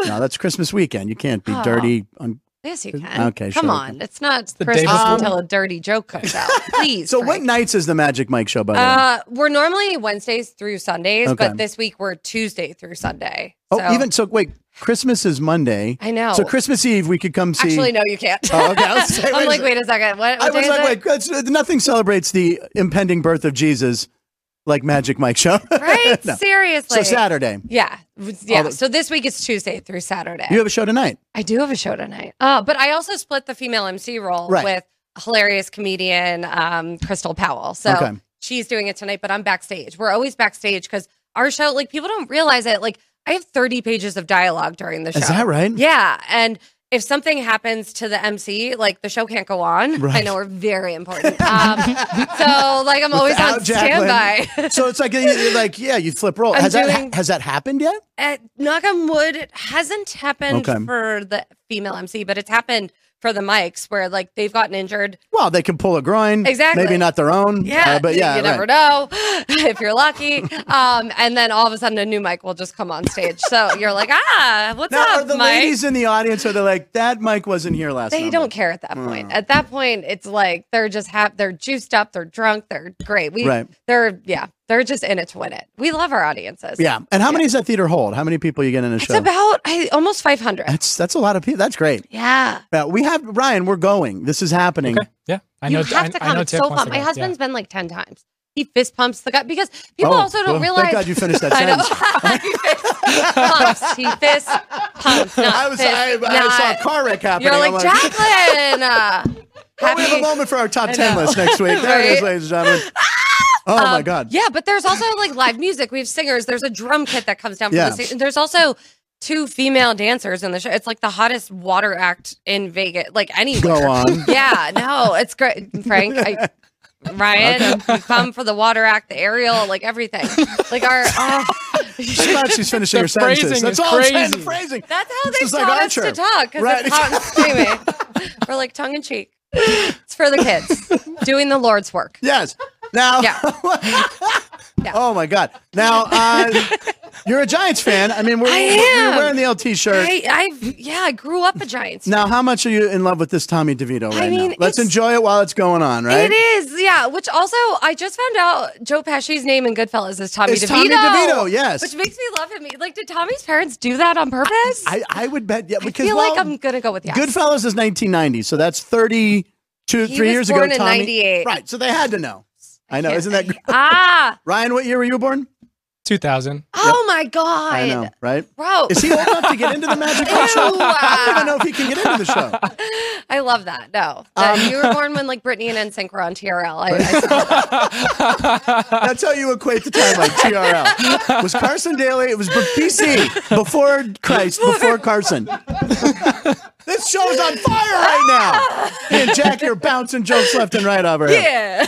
Speaker 1: No, that's Christmas weekend. You can't be dirty.
Speaker 4: Oh.
Speaker 1: On...
Speaker 4: Yes, you can.
Speaker 1: Okay,
Speaker 4: Come
Speaker 1: sure.
Speaker 4: on. It's not
Speaker 2: the day
Speaker 4: Christmas
Speaker 2: before.
Speaker 4: until a dirty joke comes out. Please.
Speaker 1: So, what
Speaker 4: Frank.
Speaker 1: nights is the Magic Mike show, by the way?
Speaker 4: Uh, we're normally Wednesdays through Sundays,
Speaker 1: Okay.
Speaker 4: but this week we're Tuesday through Sunday.
Speaker 1: Oh,
Speaker 4: So-
Speaker 1: even so, wait, Christmas is Monday.
Speaker 4: I know.
Speaker 1: So, Christmas Eve, we could come see.
Speaker 4: actually, no, you can't.
Speaker 1: Oh, okay. I was, saying,
Speaker 4: I'm
Speaker 1: a
Speaker 4: like,
Speaker 1: sec-
Speaker 4: wait a second. What?
Speaker 1: I
Speaker 4: what day
Speaker 1: was
Speaker 4: is
Speaker 1: like,
Speaker 4: it?
Speaker 1: wait, that's- nothing celebrates the impending birth of Jesus like Magic Mike show.
Speaker 4: right?
Speaker 1: No.
Speaker 4: Seriously.
Speaker 1: So, Saturday.
Speaker 4: Yeah. W- Yeah.
Speaker 1: the-
Speaker 4: so this week it's Tuesday through Saturday.
Speaker 1: You have a show tonight.
Speaker 4: I do have a show tonight. Uh, but I also split the female MC role
Speaker 1: Right.
Speaker 4: with hilarious comedian um, Crystal Powell. So
Speaker 1: Okay.
Speaker 4: she's doing it tonight, but I'm backstage. We're always backstage because our show, like, people don't realize it. Like, I have 30 pages of dialogue during the show.
Speaker 1: Is that right?
Speaker 4: Yeah. And if something happens to the MC, like the show can't go on. I know we're very important. Um, so, like, I'm always on
Speaker 1: Without Jacqueline.
Speaker 4: standby.
Speaker 1: so it's like you're like yeah, you flip roll.
Speaker 4: I'm
Speaker 1: Has that
Speaker 4: doing-
Speaker 1: has that happened yet?
Speaker 4: at Eh, knock on wood, it hasn't happened
Speaker 1: Okay.
Speaker 4: for the female MC, but it's happened for the mics where like they've gotten injured.
Speaker 1: Well, they can pull a groin.
Speaker 4: Exactly.
Speaker 1: Maybe not their own.
Speaker 4: Yeah,
Speaker 1: uh, but yeah,
Speaker 4: you
Speaker 1: right.
Speaker 4: never know if you're lucky. um, and then all of a sudden, a new mic will just come on stage. So you're like, ah, what's
Speaker 1: Now,
Speaker 4: up,
Speaker 1: are the
Speaker 4: Mike?
Speaker 1: ladies in the audience are they like that? Mike wasn't here last.
Speaker 4: they
Speaker 1: number."
Speaker 4: don't care at that point. At that point, it's like they're just hap- they're juiced up, they're drunk, they're great. We,
Speaker 1: Right.
Speaker 4: they're yeah, they're just in it to win it. We love our audiences.
Speaker 1: Yeah, and how many does that theater hold? How many people you get in a
Speaker 4: it's
Speaker 1: show?
Speaker 4: about I, almost 500.
Speaker 1: that's that's a lot of people. That's great.
Speaker 4: yeah.
Speaker 1: Uh, we have Ryan. We're going. This is happening. Oh,
Speaker 2: Okay. Yeah. I know.
Speaker 4: you have
Speaker 2: I,
Speaker 4: to
Speaker 2: I
Speaker 4: come.
Speaker 2: know
Speaker 4: It's
Speaker 2: Tiff
Speaker 4: so
Speaker 2: wants
Speaker 4: fun.
Speaker 2: to
Speaker 4: My
Speaker 2: go,
Speaker 4: husband's been like ten times. He fist pumps the guy because people
Speaker 1: Oh,
Speaker 4: also don't
Speaker 1: well,
Speaker 4: realize.
Speaker 1: Thank God you finished that
Speaker 4: I know.
Speaker 1: sentence.
Speaker 4: he fist pumps. He fist pumps. Not
Speaker 1: I was
Speaker 4: fist,
Speaker 1: I, I
Speaker 4: not-
Speaker 1: saw a car wreck happening.
Speaker 4: You're
Speaker 1: I'm
Speaker 4: like Jacqueline. Uh,
Speaker 1: Well, we have a
Speaker 4: happy-
Speaker 1: moment for our top ten list next week. There it is,
Speaker 4: Right.
Speaker 1: ladies and gentlemen. Oh my
Speaker 4: Um,
Speaker 1: God.
Speaker 4: Yeah, but there's also like live music. We have singers. There's a drum kit that comes down from
Speaker 1: Yeah.
Speaker 4: the stage. And There's also two female dancers in the show. It's like the hottest water act in Vegas, like anywhere.
Speaker 1: Go on.
Speaker 4: Yeah, no, it's great, Frank. I, Ryan, you come for the water act, the aerial, like everything. Like our, oh,
Speaker 1: She's not. She's finishing
Speaker 2: The
Speaker 1: her sentences.
Speaker 2: phrasing
Speaker 1: That's
Speaker 2: is
Speaker 1: all I'm saying. The
Speaker 2: crazy.
Speaker 1: phrasing.
Speaker 4: that's how
Speaker 1: This
Speaker 4: they
Speaker 1: is
Speaker 4: taught
Speaker 1: like
Speaker 4: us to
Speaker 1: Archer.
Speaker 4: talk because
Speaker 1: Right.
Speaker 4: it's hot and steamy. We're like tongue in cheek. It's for the kids doing the Lord's work.
Speaker 1: Yes. Now.
Speaker 4: Yeah.
Speaker 1: Oh my God. Now, uh, You're a Giants fan. I mean, we're,
Speaker 4: I
Speaker 1: we're-
Speaker 4: am.
Speaker 1: we're wearing the LT shirt.
Speaker 4: I, I, yeah, I grew up a Giants.
Speaker 1: now, how much are you in love with this Tommy DeVito right
Speaker 4: mean,
Speaker 1: now? Let's
Speaker 4: it's-
Speaker 1: enjoy it while it's going on, right?
Speaker 4: It is, yeah. Which also, I just found out Joe Pesci's name in Goodfellas is Tommy
Speaker 1: It's Tommy
Speaker 4: DeVito.
Speaker 1: DeVito, yes.
Speaker 4: Which makes me love him. Like, did Tommy's parents do that on purpose? I,
Speaker 1: I, I would bet, yeah, because
Speaker 4: feel like
Speaker 1: well,
Speaker 4: I'm gonna go with yes.
Speaker 1: Goodfellas is 1990, so that's 32,
Speaker 4: He
Speaker 1: three
Speaker 4: was
Speaker 1: years
Speaker 4: born
Speaker 1: ago.
Speaker 4: in
Speaker 1: Tommy,
Speaker 4: 98.
Speaker 1: right? So they had to know. I know, isn't that
Speaker 4: ah?
Speaker 1: Ryan? What year were you born?
Speaker 2: 2000.
Speaker 4: Oh my god,
Speaker 1: I know, right?
Speaker 4: bro.
Speaker 1: Is he old enough to get into the Magic Mike show?
Speaker 4: Ew.
Speaker 1: I don't even know if he can get into the show.
Speaker 4: I love that. No, That
Speaker 1: Um,
Speaker 4: you were born when like Britney and NSYNC were on TRL. I, I saw that.
Speaker 1: That's how you equate the timeline. TRL was Carson Daly. It was b- BC before Christ, before Carson. this show is on fire right now. Me and Jackie are bouncing jokes left and right over here. Um,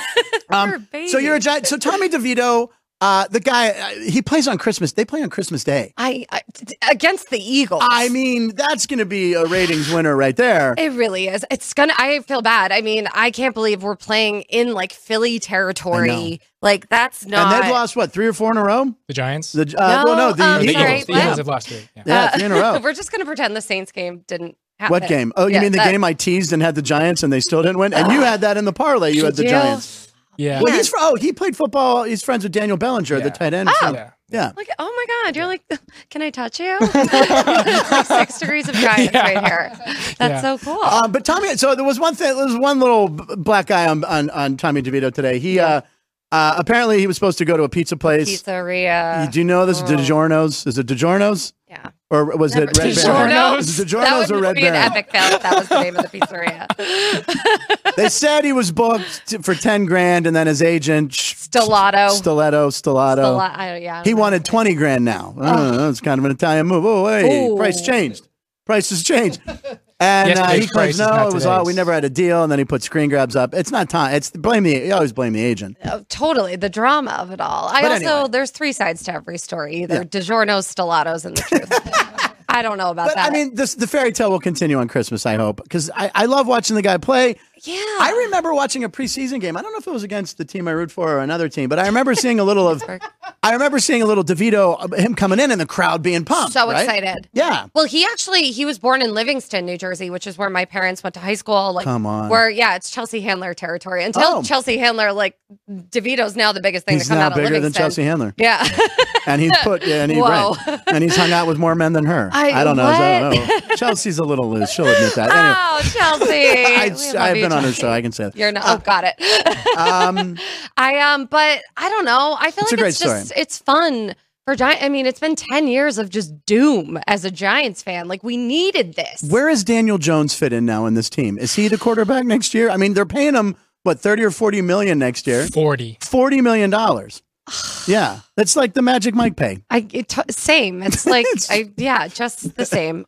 Speaker 4: yeah. You're a baby.
Speaker 1: So you're a giant. So Tommy DeVito, uh, the guy, uh, he plays on Christmas. They play on Christmas Day.
Speaker 4: I, I against the Eagles.
Speaker 1: I mean, that's going to be a ratings winner right there.
Speaker 4: It really is. It's gonna. I feel bad. I mean, I can't believe we're playing in like Philly territory. Like that's
Speaker 1: And
Speaker 4: not.
Speaker 1: they've lost what three or four in a row.
Speaker 2: The Giants.
Speaker 1: The uh, well, no,
Speaker 4: No,
Speaker 1: the
Speaker 4: um,
Speaker 2: Or the
Speaker 1: Eagles.
Speaker 4: sorry,
Speaker 2: Eagles. The Eagles
Speaker 4: what?
Speaker 2: have lost three. Yeah.
Speaker 1: Yeah, three in a row.
Speaker 4: uh, we're just gonna pretend the Saints game didn't happen.
Speaker 1: What game? Oh, you
Speaker 4: Yeah,
Speaker 1: mean the
Speaker 4: that-
Speaker 1: game I teased and had the Giants and they still didn't win? And you had that in the parlay. You had the
Speaker 4: Did you?
Speaker 1: Giants.
Speaker 2: yeah.
Speaker 1: Well, he's fr- oh, he played football. He's friends with Daniel Bellinger, the
Speaker 2: Yeah.
Speaker 1: tight end. from-
Speaker 2: Yeah.
Speaker 1: yeah.
Speaker 4: Like, oh my God, you're like, can I touch you? Like six degrees of giants right here.
Speaker 2: Yeah.
Speaker 4: That's so cool.
Speaker 1: Um, but Tommy, so there was one thing. There was one little b- black guy on on, on Tommy DeVito today. He uh, uh, apparently he was supposed to go to a pizza place.
Speaker 4: Pizzeria.
Speaker 1: Do you know this? DiGiorno's? Is it DiGiorno's?
Speaker 4: yeah.
Speaker 1: Or was
Speaker 4: Oh. Never-
Speaker 1: it Red Baron?
Speaker 4: DiGiorno's?
Speaker 1: Is it
Speaker 4: That
Speaker 1: DiGiorno's
Speaker 4: would
Speaker 1: or Red
Speaker 4: be an
Speaker 1: Baron?
Speaker 4: epic fail if that was the name of the pizzeria.
Speaker 1: They said he was booked t- for 10 grand and then his agent, sh-
Speaker 4: Stilato.
Speaker 1: Stiletto, Stilato.
Speaker 4: Stila- I don't- yeah, I don't
Speaker 1: He
Speaker 4: know.
Speaker 1: wanted 20 grand now. Uh, that's kind of an Italian move. Oh, hey,
Speaker 4: Oh. Ooh.
Speaker 1: price changed. Price has changed. And uh,
Speaker 2: Yesterday's
Speaker 1: he
Speaker 2: price
Speaker 1: claims,
Speaker 2: is
Speaker 1: no,
Speaker 2: not
Speaker 1: it was all,
Speaker 2: today's.
Speaker 1: we never had a deal. And then he put screen grabs up. It's not time. It's blame the, you always blame the agent.
Speaker 4: Oh, totally. The drama of it all. I
Speaker 1: But
Speaker 4: also,
Speaker 1: anyway.
Speaker 4: there's three sides to every story either
Speaker 1: Yeah.
Speaker 4: DiGiorno's, Stilatos, and the truth. I don't know about
Speaker 1: But
Speaker 4: that.
Speaker 1: I mean, this, the fairy tale will continue on Christmas, I hope, because I, I love watching the guy play.
Speaker 4: yeah.
Speaker 1: I remember watching a preseason game. I don't know if it was against the team I root for or another team, but I remember seeing a little of. I remember seeing a little DeVito, uh, him coming in and the crowd being pumped.
Speaker 4: so
Speaker 1: right?
Speaker 4: excited.
Speaker 1: Yeah.
Speaker 4: Well, he actually he was born in Livingston, New Jersey, which is where my parents went to high school. Like,
Speaker 1: Come on.
Speaker 4: where yeah, it's Chelsea Handler territory. Until
Speaker 1: Oh.
Speaker 4: Chelsea Handler, like DeVito's now the biggest thing
Speaker 1: He's
Speaker 4: to come
Speaker 1: now
Speaker 4: out of
Speaker 1: bigger
Speaker 4: Livingston.
Speaker 1: than Chelsea Handler,
Speaker 4: Yeah,
Speaker 1: and he's put yeah, and he
Speaker 4: Whoa.
Speaker 1: right. and he's hung out with more men than her.
Speaker 4: I-
Speaker 1: don't know. I don't know. Chelsea's a little loose. She'll admit that. Anyway,
Speaker 4: oh Chelsea,
Speaker 1: I,
Speaker 4: We
Speaker 1: just-
Speaker 4: love
Speaker 1: I've
Speaker 4: you,
Speaker 1: been on her
Speaker 4: Chelsea.
Speaker 1: show. I can say that.
Speaker 4: You're not. oh, got it.
Speaker 1: Um,
Speaker 4: I um, but I don't know. I feel
Speaker 1: It's a
Speaker 4: like
Speaker 1: great
Speaker 4: it's just it's fun for Giant. I mean, it's been ten years of just doom as a Giants fan. Like we needed this.
Speaker 1: where is Daniel Jones fit in now in this team? Is he the quarterback next year? I mean, they're paying him what thirty or forty million next year.
Speaker 2: 40.
Speaker 1: Forty million dollars. Yeah, that's like the Magic Mike pay.
Speaker 4: I it t- same. It's like
Speaker 1: It's-
Speaker 4: I yeah, just the same.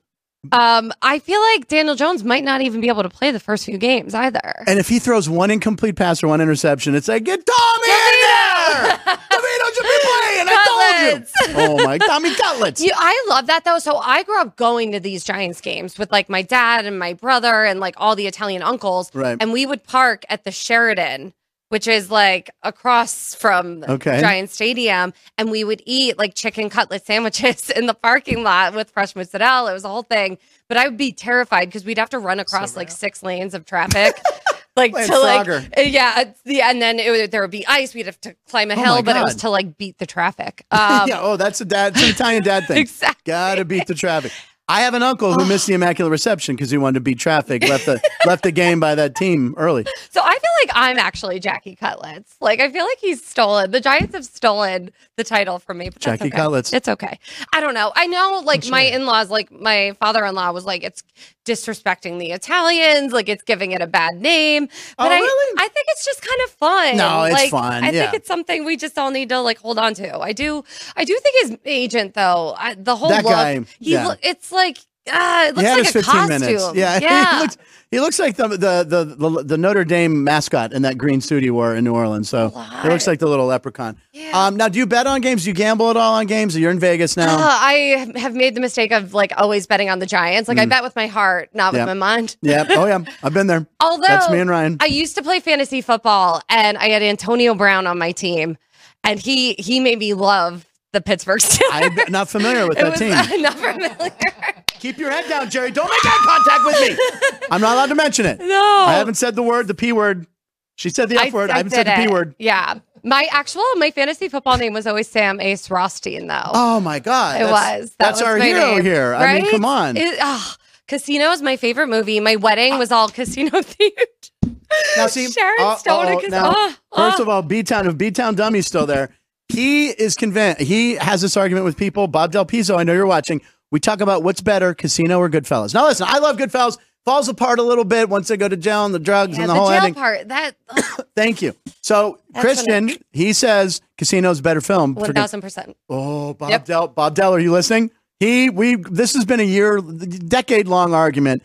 Speaker 4: Um, I feel like Daniel Jones might not even be able to play the first few games either.
Speaker 1: And if he throws one incomplete pass or one interception, it's like, get Tommy in there! Tommy, don't you be playing! I told you! Oh my, Tommy Cutlets!
Speaker 4: You, I love that though. So I grew up going to these Giants games with like my dad and my brother and like all the Italian uncles.
Speaker 1: Right.
Speaker 4: And we would park at the Sheridan, which is like across from the
Speaker 1: Okay.
Speaker 4: Giant Stadium. And we would eat like chicken cutlet sandwiches in the parking lot with fresh mozzarella. It was a whole thing. But I would be terrified because we'd have to run across like six lanes of traffic. Like
Speaker 1: Playing
Speaker 4: to like,
Speaker 1: Frogger.
Speaker 4: uh, yeah, it's the- and then it would, there would be ice. We'd have to climb a
Speaker 1: Oh my
Speaker 4: hill, but it was
Speaker 1: God.
Speaker 4: to like beat the traffic. Um,
Speaker 1: yeah, oh, that's a dad, it's an Italian dad thing.
Speaker 4: Exactly.
Speaker 1: Gotta beat the traffic. I have an uncle who missed the immaculate reception because he wanted to beat traffic. Left the left the game by that team early.
Speaker 4: So I feel like I'm actually Jackie Cutlets. Like I feel like he's stolen. The Giants have stolen the title from me. But that's
Speaker 1: Jackie
Speaker 4: okay.
Speaker 1: Cutlets.
Speaker 4: It's okay. I don't know. I know. Like my in-laws, like my father-in-law, was like, it's disrespecting the Italians. Like it's giving it a bad name. But I,
Speaker 1: Oh, really?
Speaker 4: I think it's just kind of fun.
Speaker 1: No, it's
Speaker 4: like,
Speaker 1: fun,
Speaker 4: I
Speaker 1: yeah.
Speaker 4: think it's something we just all need to like hold on to. I do. I do think his agent though. I, the whole
Speaker 1: That
Speaker 4: look.
Speaker 1: guy,
Speaker 4: he.
Speaker 1: yeah.
Speaker 4: lo- it's like. Uh, it looks
Speaker 1: he had
Speaker 4: like
Speaker 1: his
Speaker 4: a
Speaker 1: 15
Speaker 4: costume.
Speaker 1: minutes. Yeah, he, looks, he looks like the, the the the the Notre Dame mascot in that green suit he wore in New Orleans. So
Speaker 4: lot.
Speaker 1: he looks like the little leprechaun.
Speaker 4: Yeah.
Speaker 1: Um, now, do you bet on games? Do you gamble at all on games? You're in Vegas now.
Speaker 4: Uh, I have made the mistake of like always betting on the Giants. Like I bet with my heart, not
Speaker 1: Mm. Yeah.
Speaker 4: with my mind.
Speaker 1: Yeah. Oh, yeah. I've been there.
Speaker 4: Although
Speaker 1: That's me and Ryan.
Speaker 4: I used to play fantasy football, and I had Antonio Brown on my team, and he he made me love the Pittsburgh Steelers.
Speaker 1: I'm not familiar with
Speaker 4: it
Speaker 1: that
Speaker 4: was
Speaker 1: team.
Speaker 4: uh, not familiar.
Speaker 1: Keep your head down, Jerry. Don't make eye contact with me. I'm not allowed to mention it.
Speaker 4: No.
Speaker 1: I haven't said the word, the P word. She said the F word. I haven't said
Speaker 4: did
Speaker 1: the P
Speaker 4: it.
Speaker 1: word.
Speaker 4: Yeah. My actual, my fantasy football name was always Sam Ace Rothstein, though.
Speaker 1: Oh my God.
Speaker 4: it
Speaker 1: That's-
Speaker 4: was. That
Speaker 1: That's
Speaker 4: was
Speaker 1: our
Speaker 4: my
Speaker 1: hero
Speaker 4: name,
Speaker 1: here.
Speaker 4: Right?
Speaker 1: I mean, come on. Ah.
Speaker 4: It- ah, Casino is my favorite movie. My wedding was all casino themed.
Speaker 1: now see,
Speaker 4: Sharon
Speaker 1: uh,
Speaker 4: Stone
Speaker 1: uh-oh,
Speaker 4: is-
Speaker 1: now,
Speaker 4: ah,
Speaker 1: First
Speaker 4: ah.
Speaker 1: of all, B Town. If B Town Dummy's still there, he is convinced. He has this argument with people. Bob Del Pizzo. I know you're watching. We talk about what's better, Casino or Goodfellas. Now listen, I love Goodfellas. Falls apart a little bit once they go to jail and the drugs
Speaker 4: Yeah,
Speaker 1: and the,
Speaker 4: the
Speaker 1: whole
Speaker 4: jail
Speaker 1: ending.
Speaker 4: part. That oh, ugh,
Speaker 1: Thank you. So
Speaker 4: That's
Speaker 1: Christian, he says Casino's a better film. for Gon-
Speaker 4: 1000%.
Speaker 1: Oh, Bob
Speaker 4: Yep.
Speaker 1: Dell, Bob Dell, are you listening? He, we, this has been a year, decade long argument.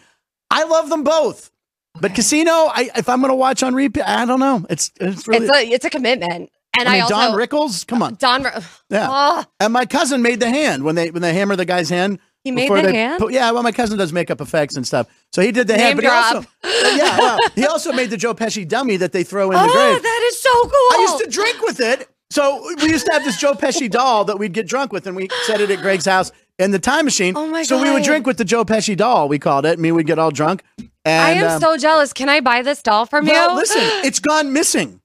Speaker 1: I love them both, but Casino, I, if I'm going to watch on repeat, I don't know. It's, it's really.
Speaker 4: It's a, it's a commitment. And
Speaker 1: I
Speaker 4: I,
Speaker 1: mean,
Speaker 4: also, Uh,
Speaker 1: Don Rickles, come on,
Speaker 4: Don, Ri- Oh,
Speaker 1: yeah.
Speaker 4: ugh,
Speaker 1: and my cousin made the hand when they when they hammer the guy's hand.
Speaker 4: He made
Speaker 1: before
Speaker 4: the
Speaker 1: they
Speaker 4: hand?
Speaker 1: put- yeah, well, my cousin does makeup effects and stuff, so he did the hand.
Speaker 4: Name
Speaker 1: But
Speaker 4: drop.
Speaker 1: he also, yeah, well, he also made the Joe Pesci dummy that they throw in the
Speaker 4: oh,
Speaker 1: grave.
Speaker 4: that is so cool.
Speaker 1: I used to drink with it. So we used to have this Joe Pesci doll that we'd get drunk with, and we set it at Greg's house in the time machine.
Speaker 4: Oh my
Speaker 1: So we would
Speaker 4: God.
Speaker 1: drink with the Joe Pesci doll. We called it. and Me, we'd get all drunk. And,
Speaker 4: I am
Speaker 1: um,
Speaker 4: so jealous. Can I buy this doll from
Speaker 1: well.
Speaker 4: you?
Speaker 1: Listen, it's gone missing.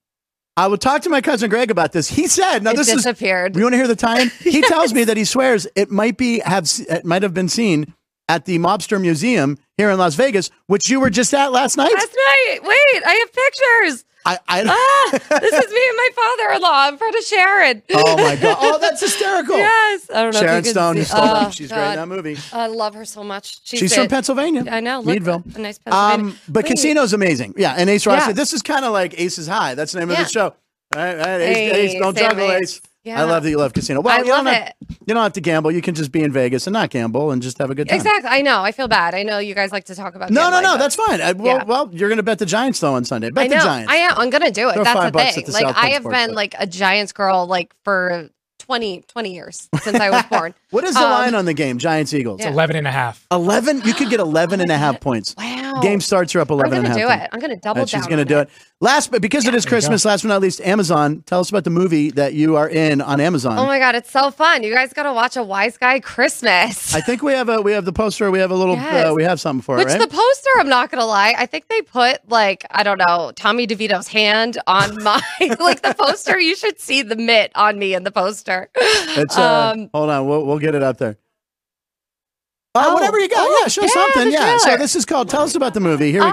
Speaker 1: I would talk to my cousin Greg about this. He said, "Now
Speaker 4: it
Speaker 1: this is
Speaker 4: disappeared.
Speaker 1: you want to hear the time?" He tells me that he swears it might be have s- it might have been seen at the Mobster Museum here in Las Vegas, which you were just at last night.
Speaker 4: Last night. Wait, I have pictures.
Speaker 1: I, I
Speaker 4: Ah, this is me and my father-in-law in front of Sharon.
Speaker 1: oh my god! Oh, that's hysterical.
Speaker 4: Yes. I don't know.
Speaker 1: Sharon
Speaker 4: if you can
Speaker 1: Stone,
Speaker 4: see-
Speaker 1: who stole
Speaker 4: Oh,
Speaker 1: it. She's great
Speaker 4: God.
Speaker 1: in that movie.
Speaker 4: I love her so much. She's,
Speaker 1: She's
Speaker 4: a-
Speaker 1: from Pennsylvania.
Speaker 4: I know. Look,
Speaker 1: Meadville.
Speaker 4: A nice Pennsylvania.
Speaker 1: Um, but
Speaker 4: Wait.
Speaker 1: Casino's amazing. Yeah, and Ace Ross.
Speaker 4: Yeah.
Speaker 1: This is kind of like Ace is High. That's the name
Speaker 4: Yeah.
Speaker 1: of the show. All right, all right, Ace,
Speaker 4: Hey,
Speaker 1: Ace, don't
Speaker 4: Sam
Speaker 1: juggle
Speaker 4: Ace.
Speaker 1: Ace.
Speaker 4: Yeah.
Speaker 1: I love that you love Casino. Well,
Speaker 4: I
Speaker 1: you
Speaker 4: love
Speaker 1: don't have, You don't have to gamble. You can just be in Vegas and not gamble and just have a good time.
Speaker 4: Exactly. I know. I feel bad. I know you guys like to talk about.
Speaker 1: No, no,
Speaker 4: gambling,
Speaker 1: no.
Speaker 4: but-
Speaker 1: That's fine. I, well,
Speaker 4: Yeah.
Speaker 1: well, you're going to bet the Giants though on Sunday. Bet
Speaker 4: I know.
Speaker 1: the Giants.
Speaker 4: I am. I'm gonna do it.
Speaker 1: Throw
Speaker 4: That's
Speaker 1: five
Speaker 4: the
Speaker 1: bucks
Speaker 4: thing.
Speaker 1: at the
Speaker 4: Like
Speaker 1: South
Speaker 4: I
Speaker 1: Bend
Speaker 4: have
Speaker 1: sports
Speaker 4: been
Speaker 1: book.
Speaker 4: like a Giants girl like for 20, 20 years since I was born.
Speaker 1: what is the
Speaker 4: Um,
Speaker 1: line on the game? Giants Eagles.
Speaker 4: Yeah.
Speaker 2: 11 and a half.
Speaker 1: 11. You could get 11 and a half points.
Speaker 4: Wow.
Speaker 1: Game starts are up 11
Speaker 4: I'm
Speaker 1: and a
Speaker 4: gonna
Speaker 1: half
Speaker 4: do
Speaker 1: points.
Speaker 4: it. I'm gonna double
Speaker 1: And
Speaker 4: down.
Speaker 1: she's going to
Speaker 4: on
Speaker 1: do it. Last, but because it is
Speaker 2: There you go.
Speaker 1: Christmas, last but not least, Amazon. Tell us about the movie that you are in on Amazon.
Speaker 4: Oh my god, it's so fun. You guys gotta watch a wise guy Christmas.
Speaker 1: I think we have a we have the poster. We have a little. Uh,
Speaker 4: Yes.
Speaker 1: we have something for
Speaker 4: Which
Speaker 1: it, right?
Speaker 4: the poster, I'm not gonna lie, I think they put like I don't know Tommy DeVito's hand on my like the poster. You should see the mitt on me in the poster. Um,
Speaker 1: it's uh, hold on, we'll we'll get it up there. Uh,
Speaker 4: Oh,
Speaker 1: whatever you got,
Speaker 4: oh,
Speaker 1: yeah, show
Speaker 4: yeah,
Speaker 1: something,
Speaker 4: the
Speaker 1: yeah. So
Speaker 4: trailer.
Speaker 1: this is called. Tell us about the movie.
Speaker 4: Oh,
Speaker 1: Here we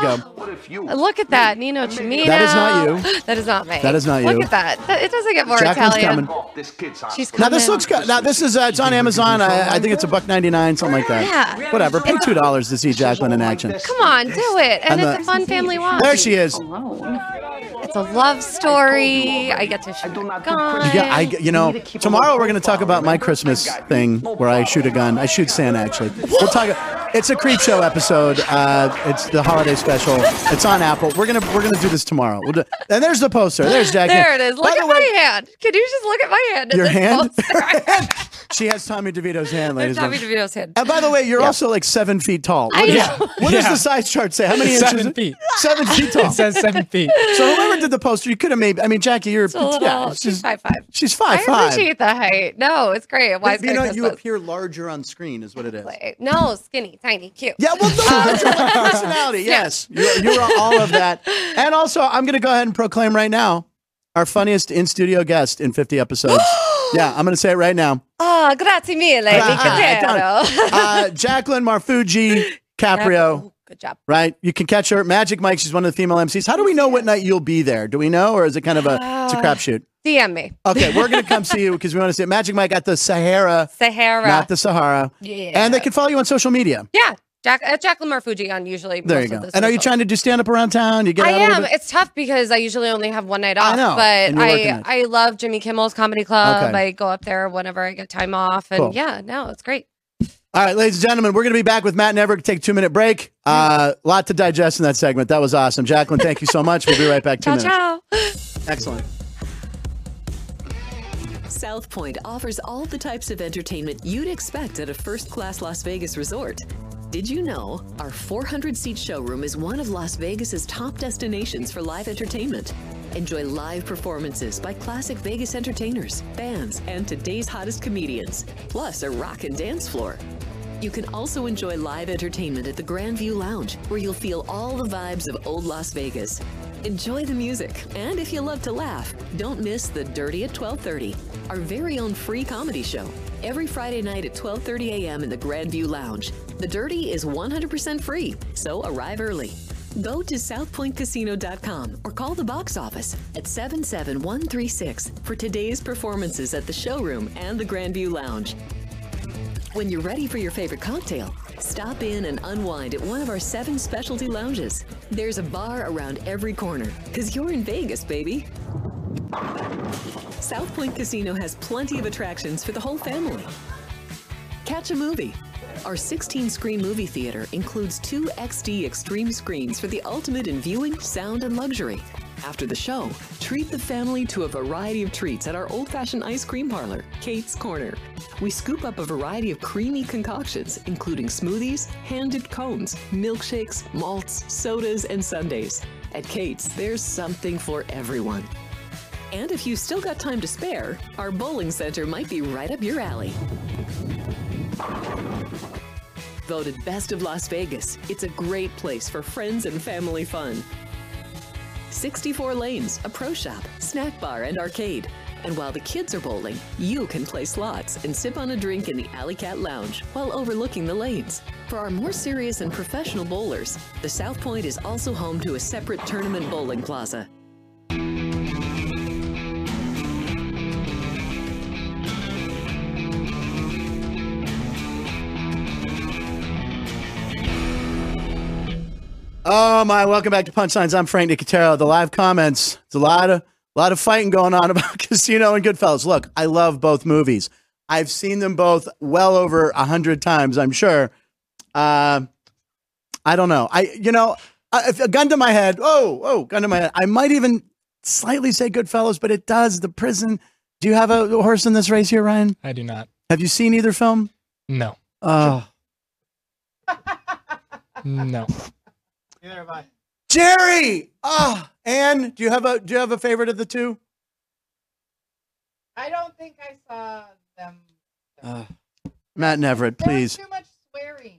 Speaker 1: go.
Speaker 4: look at that, Nino Cimino.
Speaker 1: That is not
Speaker 4: you. That is not me.
Speaker 1: That is not you.
Speaker 4: Look at that. That- It doesn't get more
Speaker 1: Jacqueline's
Speaker 4: Italian.
Speaker 1: coming.
Speaker 3: This kid's hot.
Speaker 4: She's
Speaker 1: Now
Speaker 4: coming.
Speaker 1: this looks good. Now this is uh, it's on Amazon. I, I think it's a buck ninety nine, something like that.
Speaker 4: Yeah.
Speaker 1: Whatever. Pay two dollars to see Jacqueline in action.
Speaker 4: Come on, do it. And
Speaker 1: I'm
Speaker 4: it's
Speaker 1: a-
Speaker 4: a fun family watch.
Speaker 1: There she is.
Speaker 4: It's a love story. I get to shoot
Speaker 3: do
Speaker 4: a
Speaker 3: not do
Speaker 4: gun.
Speaker 3: Christmas.
Speaker 1: Yeah, I, you know, tomorrow we're going to talk about my Christmas thing where I shoot a gun. I shoot Santa, actually. We'll talk. It's a creep show episode. Uh, it's the holiday special. It's on Apple. We're gonna we're gonna do this tomorrow. We'll do, and there's the poster. There's Jackie.
Speaker 4: There it is. Look
Speaker 1: By the
Speaker 4: at
Speaker 1: way,
Speaker 4: my hand. Can you just look at my hand? in
Speaker 1: Your
Speaker 4: this
Speaker 1: hand?
Speaker 4: poster?
Speaker 1: She has Tommy DeVito's hand, ladies. and
Speaker 4: Tommy
Speaker 1: gentlemen.
Speaker 4: DeVito's hand.
Speaker 1: And by the way, you're also like seven feet tall.
Speaker 4: I
Speaker 1: What, is-
Speaker 4: know.
Speaker 1: what does
Speaker 2: Yeah.
Speaker 1: the size chart say? How many inches?
Speaker 2: Seven feet.
Speaker 1: Seven feet tall.
Speaker 2: It says seven feet.
Speaker 1: so whoever did the poster, you could have maybe. I mean, Jackie, you're
Speaker 4: a little-
Speaker 1: yeah,
Speaker 4: she's five five.
Speaker 1: She's five
Speaker 4: I
Speaker 1: five.
Speaker 4: appreciate the height. No, it's great. Why is
Speaker 1: you know,
Speaker 4: it
Speaker 1: you appear larger on screen, is what it is.
Speaker 4: No, skinny, tiny, cute.
Speaker 1: Yeah, well, no, that's your personality. Yes, you, you are all of that. And also, I'm going to go ahead and proclaim right now our funniest in studio guest in 50 episodes. yeah, I'm going to say it right now.
Speaker 4: Oh, grazie mille, mi
Speaker 1: Ah,
Speaker 4: caro.
Speaker 1: uh, Jacqueline Marfuji Caprio.
Speaker 4: Oh, Good job.
Speaker 1: Right, you can catch her. at Magic Mike, she's one of the female MCs. How do we know what night you'll be there? Do we know, or is it kind of a it's
Speaker 4: Uh.
Speaker 1: a crapshoot?
Speaker 4: DM me.
Speaker 1: Okay, we're gonna come see you because we want to see it. Magic Mike at the Sahara,
Speaker 4: Sahara.
Speaker 1: not the Sahara.
Speaker 4: Yeah.
Speaker 1: And they can follow you on social media.
Speaker 4: yeah. Jack, at Jacqueline Marfuji on usually.
Speaker 1: There
Speaker 4: most
Speaker 1: you
Speaker 4: of
Speaker 1: go.
Speaker 4: the
Speaker 1: And are you
Speaker 4: socials.
Speaker 1: trying to do stand up around town? You get
Speaker 4: I
Speaker 1: out a little
Speaker 4: am.
Speaker 1: bit?
Speaker 4: It's tough because I usually only have one night off.
Speaker 1: know, and
Speaker 4: But
Speaker 1: you're working
Speaker 4: I, I love Jimmy Kimmel's Comedy Club.
Speaker 1: Okay.
Speaker 4: I go up there whenever I get time off. And
Speaker 1: Cool.
Speaker 4: yeah, no, it's great.
Speaker 1: All right, ladies and gentlemen, we're going to be back with Matt and Everett. Take a two minute break. A uh, lot to digest in that segment. That was awesome. Jacqueline, thank you so much. We'll be right back. Two
Speaker 4: Ciao,
Speaker 1: minutes.
Speaker 4: ciao.
Speaker 1: Excellent.
Speaker 5: South Point offers all the types of entertainment you'd expect at a first class Las Vegas resort. Did you know our 400 seat showroom is one of Las Vegas's top destinations for live entertainment? Enjoy live performances by classic Vegas entertainers, bands, and today's hottest comedians, plus a rock and dance floor. You can also enjoy live entertainment at the Grand View Lounge, where you'll feel all the vibes of old Las Vegas. Enjoy the music, and if you love to laugh, don't miss The Dirty at 12:30, our very own free comedy show. Every Friday night at 12:30 a.m. in the Grand View Lounge. The Dirty is 100% free, so arrive early. Go to southpointcasino.com or call the box office at 77136 for today's performances at the showroom and the Grand View Lounge. When you're ready for your favorite cocktail, stop in and unwind at one of our seven specialty lounges. There's a bar around every corner, because you're in Vegas, baby. South Point Casino has plenty of attractions for the whole family. Catch a movie. Our 16 screen movie theater includes two XD extreme screens for the ultimate in viewing, sound, and luxury. After the show, treat the family to a variety of treats at our old fashioned ice cream parlor, Kate's Corner. We scoop up a variety of creamy concoctions, including smoothies, hand dipped cones, milkshakes, malts, sodas, and sundaes. At Kate's, there's something for everyone. And if you've still got time to spare, our bowling center might be right up your alley. Voted Best of Las Vegas, it's a great place for friends and family fun. 64 lanes, a pro shop, snack bar, and arcade. And while the kids are bowling, you can play slots and sip on a drink in the Alley Cat Lounge while overlooking the lanes. For our more serious and professional bowlers, the South Point is also home to a separate tournament bowling plaza.
Speaker 1: Oh my! Welcome back to Punchlines. I'm Frank Nicotero. The live comments. It's a lot of lot of fighting going on about Casino and Goodfellas. Look, I love both movies. I've seen them both well over a hundred times. I'm sure. Uh, I don't know. I you know, I, if a gun to my head. Oh, oh, gun to my head. I might even slightly say Goodfellas, but it does the prison. Do you have a horse in this race here, Ryan?
Speaker 2: I do not.
Speaker 1: Have you seen either film?
Speaker 2: No.
Speaker 1: Oh,
Speaker 2: No.
Speaker 1: Jerry. Oh, Anne, do you have a do you have a favorite of the two?
Speaker 3: I don't think I saw them.
Speaker 1: Matt and Everett,
Speaker 3: There was
Speaker 1: please.
Speaker 3: too much swearing.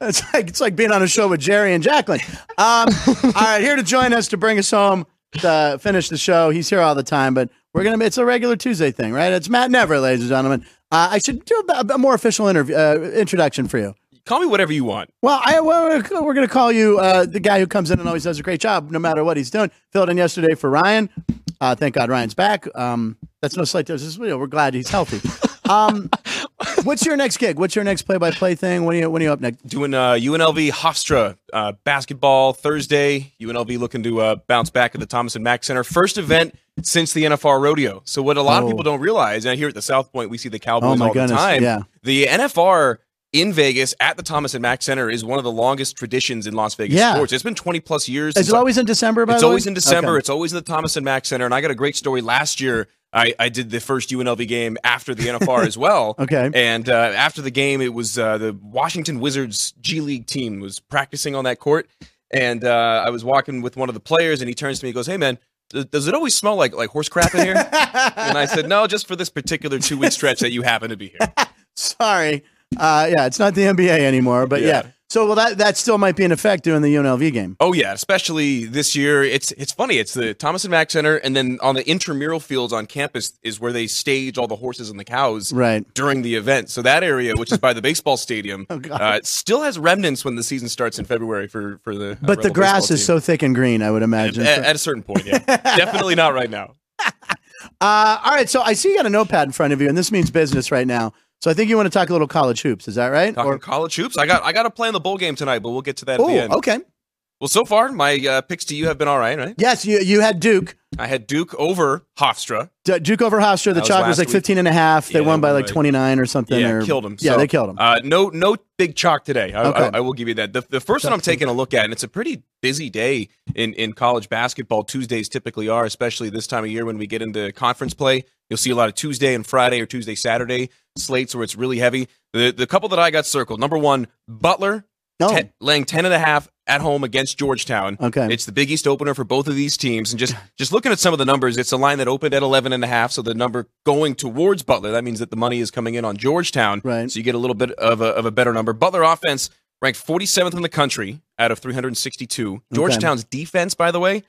Speaker 1: It's like it's like being on a show with Jerry and Jacqueline. Um, all right, here to join us to bring us home to finish the show. He's here all the time, but we're gonna. It's a regular Tuesday thing, right? It's Matt Never, ladies and gentlemen. Uh, I should do a, a more official interview uh, introduction for you.
Speaker 6: Call me whatever you want.
Speaker 1: Well, I well, we're, we're gonna call you uh, the guy who comes in and always does a great job, no matter what he's doing. Filled in yesterday for Ryan. Uh, thank God Ryan's back. Um, that's no slight to this video. We're glad he's healthy. Um, what's your next gig? What's your next play-by-play thing? When are you when are you up next?
Speaker 6: Doing uh, UNLV Hofstra uh, basketball Thursday. UNLV looking to uh, bounce back at the Thomas and Mack Center. First event since the NFR rodeo. So what a lot
Speaker 1: Oh.
Speaker 6: of people don't realize, and here at the South Point, we see the Cowboys
Speaker 1: Oh, my
Speaker 6: all the
Speaker 1: goodness,
Speaker 6: time.
Speaker 1: yeah.
Speaker 6: The NFR in Vegas at the Thomas and Mack Center is one of the longest traditions in Las Vegas
Speaker 1: Yeah.
Speaker 6: sports. It's been 20 plus years.
Speaker 1: Is
Speaker 6: since
Speaker 1: it always in December? By
Speaker 6: it's
Speaker 1: the way?
Speaker 6: always in December.
Speaker 1: Okay.
Speaker 6: It's always in the Thomas and Mack Center. And I got a great story last year. I, I did the first UNLV game after the NFR as well.
Speaker 1: Okay.
Speaker 6: And uh, after the game, it was uh, the Washington Wizards G League team was practicing on that court, and uh, I was walking with one of the players, and he turns to me, and goes, "Hey, man." d- Does it always smell like like horse crap in here? and I said, no, just for this particular two week stretch that you happen to be here.
Speaker 1: Sorry. Uh, yeah, it's not the NBA anymore, but yeah.
Speaker 6: Yeah.
Speaker 1: So well, that that still might be in effect doing the UNLV game.
Speaker 6: Oh yeah, especially this year. It's it's funny. It's the Thomas and Mack Center, and then on the intramural fields on campus is where they stage all the horses and the cows.
Speaker 1: Right. Oh,
Speaker 6: during the event. So that area, which is by the baseball stadium,
Speaker 1: God.
Speaker 6: uh, it still has remnants when the season starts in February for for the. uh,
Speaker 1: But the
Speaker 6: Rebel
Speaker 1: grass
Speaker 6: baseball
Speaker 1: is
Speaker 6: team.
Speaker 1: so thick and green, I would imagine.
Speaker 6: At, at a certain point, yeah, definitely not right now.
Speaker 1: uh, all right, so I see you got a notepad in front of you, and this means business right now. So I think you want to talk a little college hoops, is that right?
Speaker 6: Talking college hoops, I got I got to play in the bowl game tonight, but we'll get to that at the end.
Speaker 1: oh, okay.
Speaker 6: Well, so far my uh, picks to you have been all right, right?
Speaker 1: Yes, you you had Duke,
Speaker 6: I had Duke over Hofstra.
Speaker 1: D- Duke over Hofstra. The
Speaker 6: That was
Speaker 1: chalk was
Speaker 6: last
Speaker 1: like
Speaker 6: week.
Speaker 1: 15 and a half. They
Speaker 6: Yeah,
Speaker 1: won by
Speaker 6: they won
Speaker 1: like
Speaker 6: by-
Speaker 1: 29 or something.
Speaker 6: Yeah,
Speaker 1: or,
Speaker 6: killed him.
Speaker 1: Yeah,
Speaker 6: So,
Speaker 1: they killed him.
Speaker 6: Uh, no, no big chalk today. I,
Speaker 1: Okay.
Speaker 6: I, I will give you that. The, the first one I'm taking a look at, and it's a pretty busy day in, in college basketball. Tuesdays typically are, especially this time of year when we get into conference play. You'll see a lot of Tuesday and Friday or Tuesday Saturday slates where it's really heavy. The the couple that I got circled. Number one, Butler
Speaker 1: no,
Speaker 6: te- laying ten and a half at home against Georgetown.
Speaker 1: Okay.
Speaker 6: It's the Big East opener for both of these teams. And just just looking at some of the numbers, it's a line that opened at 11 and a half. So the number going towards Butler, that means that the money is coming in on Georgetown.
Speaker 1: Right.
Speaker 6: So you get a little bit of a, of a better number. Butler offense ranked 47th in the country out of 362. Georgetown's defense, by the way,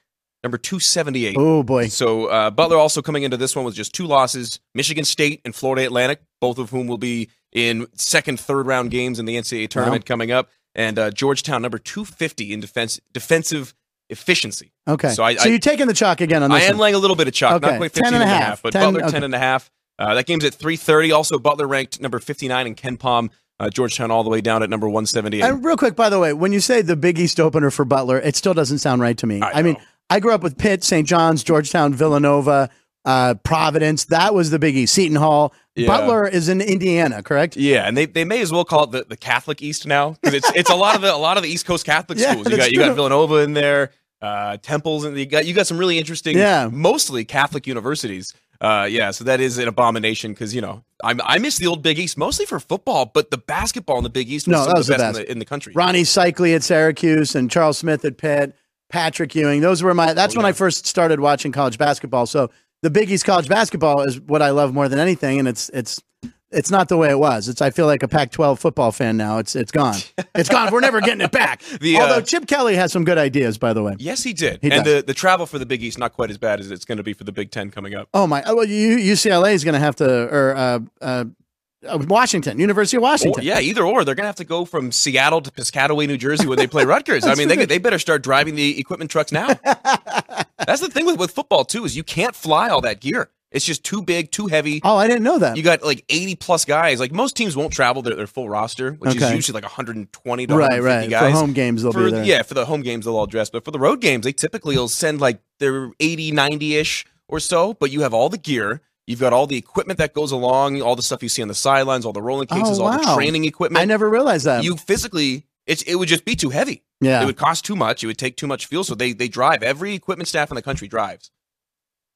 Speaker 6: number 278.
Speaker 1: Oh boy.
Speaker 6: So uh, Butler also coming into this one with just two losses: Michigan State and Florida Atlantic, both of whom will be in second, third round games in the NCAA tournament coming up, and uh, Georgetown number two fifty in defense defensive efficiency.
Speaker 1: Okay. So,
Speaker 6: So I- I-
Speaker 1: you're taking the chalk again on this
Speaker 6: I am
Speaker 1: one.
Speaker 6: laying a little bit of chalk,
Speaker 1: Okay,
Speaker 6: not quite 15
Speaker 1: 10 and a half,
Speaker 6: but
Speaker 1: 10
Speaker 6: Butler
Speaker 1: okay.
Speaker 6: 10 and a half. Uh, that game's at 3:30. Also, Butler ranked number 59 in Ken Palm. Uh, Georgetown all the way down at number 178.
Speaker 1: And real quick, by the way, when you say the Big East opener for Butler, it still doesn't sound right to me. I,
Speaker 6: I
Speaker 1: mean,
Speaker 6: know.
Speaker 1: I grew up with Pitt, St. John's, Georgetown, Villanova, uh, Providence. That was the Big East. Seton Hall.
Speaker 6: Yeah.
Speaker 1: Butler is in Indiana, correct?
Speaker 6: Yeah, and they, they may as well call it the, the Catholic East now because it's it's a lot of the a lot of the East Coast Catholic
Speaker 1: Yeah,
Speaker 6: schools. You
Speaker 1: that's
Speaker 6: got you got
Speaker 1: true.
Speaker 6: Villanova in there, uh, Temples, and you got you got some really interesting,
Speaker 1: Yeah.
Speaker 6: mostly Catholic universities. Uh, yeah, so that is an abomination because you know I I miss the old Big East mostly for football, but the basketball in the Big East was
Speaker 1: No,
Speaker 6: some
Speaker 1: that
Speaker 6: of
Speaker 1: was
Speaker 6: the
Speaker 1: the
Speaker 6: best, In,
Speaker 1: best.
Speaker 6: the, in the country.
Speaker 1: Ronnie Cycli at Syracuse and Charles Smith at Pitt, Patrick Ewing. Those were my.
Speaker 6: Oh,
Speaker 1: That's when I first started watching college basketball. So the Big East college basketball is what I love more than anything, and it's it's it's not the way it was. It's I feel like a Pac-12 football fan now. It's it's gone. It's gone. We're never getting it back.
Speaker 6: The, uh,
Speaker 1: Although Chip Kelly has some good ideas, by the way.
Speaker 6: Yes, he did,
Speaker 1: He
Speaker 6: and
Speaker 1: does.
Speaker 6: the the travel for the Big East not quite as bad as it's going to be for the Big Ten coming up.
Speaker 1: Oh my! Oh, well, U- UCLA is going to have to, or uh, uh, uh, Washington, University of
Speaker 6: Or-
Speaker 1: Washington.
Speaker 6: Oh, yeah, either or. They're going to have to go from Seattle to Piscataway, New Jersey, when they play Rutgers. I mean, they, they better start driving the equipment trucks now. That's the thing with, with football, too, is you can't fly all that gear. It's just too big, too heavy.
Speaker 1: Oh, I didn't know that.
Speaker 6: You got like 80 plus guys. Like most teams won't travel their, their full roster, which is
Speaker 1: Okay.
Speaker 6: usually like 120 to
Speaker 1: right,
Speaker 6: 150
Speaker 1: right.
Speaker 6: guys.
Speaker 1: For home games, they'll
Speaker 6: For-
Speaker 1: be there.
Speaker 6: Yeah, for the home games, they'll all dress. But for the road games, they typically will send like their 80, 90 ish or so. But you have all the gear. You've got all the equipment that goes along, all the stuff you see on the sidelines, all the rolling
Speaker 1: Oh,
Speaker 6: cases, all
Speaker 1: wow.
Speaker 6: the training equipment
Speaker 1: I never realized that.
Speaker 6: you physically it's it would just be too heavy.
Speaker 1: yeah.
Speaker 6: It would cost too much. It would take too much fuel. So they they drive. Every equipment staff in the country drives.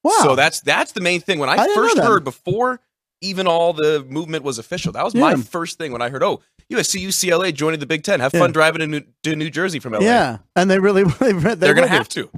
Speaker 1: wow.
Speaker 6: So that's that's the main thing. When I,
Speaker 1: I didn't know
Speaker 6: first
Speaker 1: that.
Speaker 6: heard before even all the movement was official, that was my
Speaker 1: Yeah.
Speaker 6: first thing when I heard, oh, USC UCLA joining the Big Ten. Have
Speaker 1: Yeah.
Speaker 6: fun driving to New, to New Jersey from LA.
Speaker 1: Yeah, and they really, they
Speaker 6: They're gonna have to.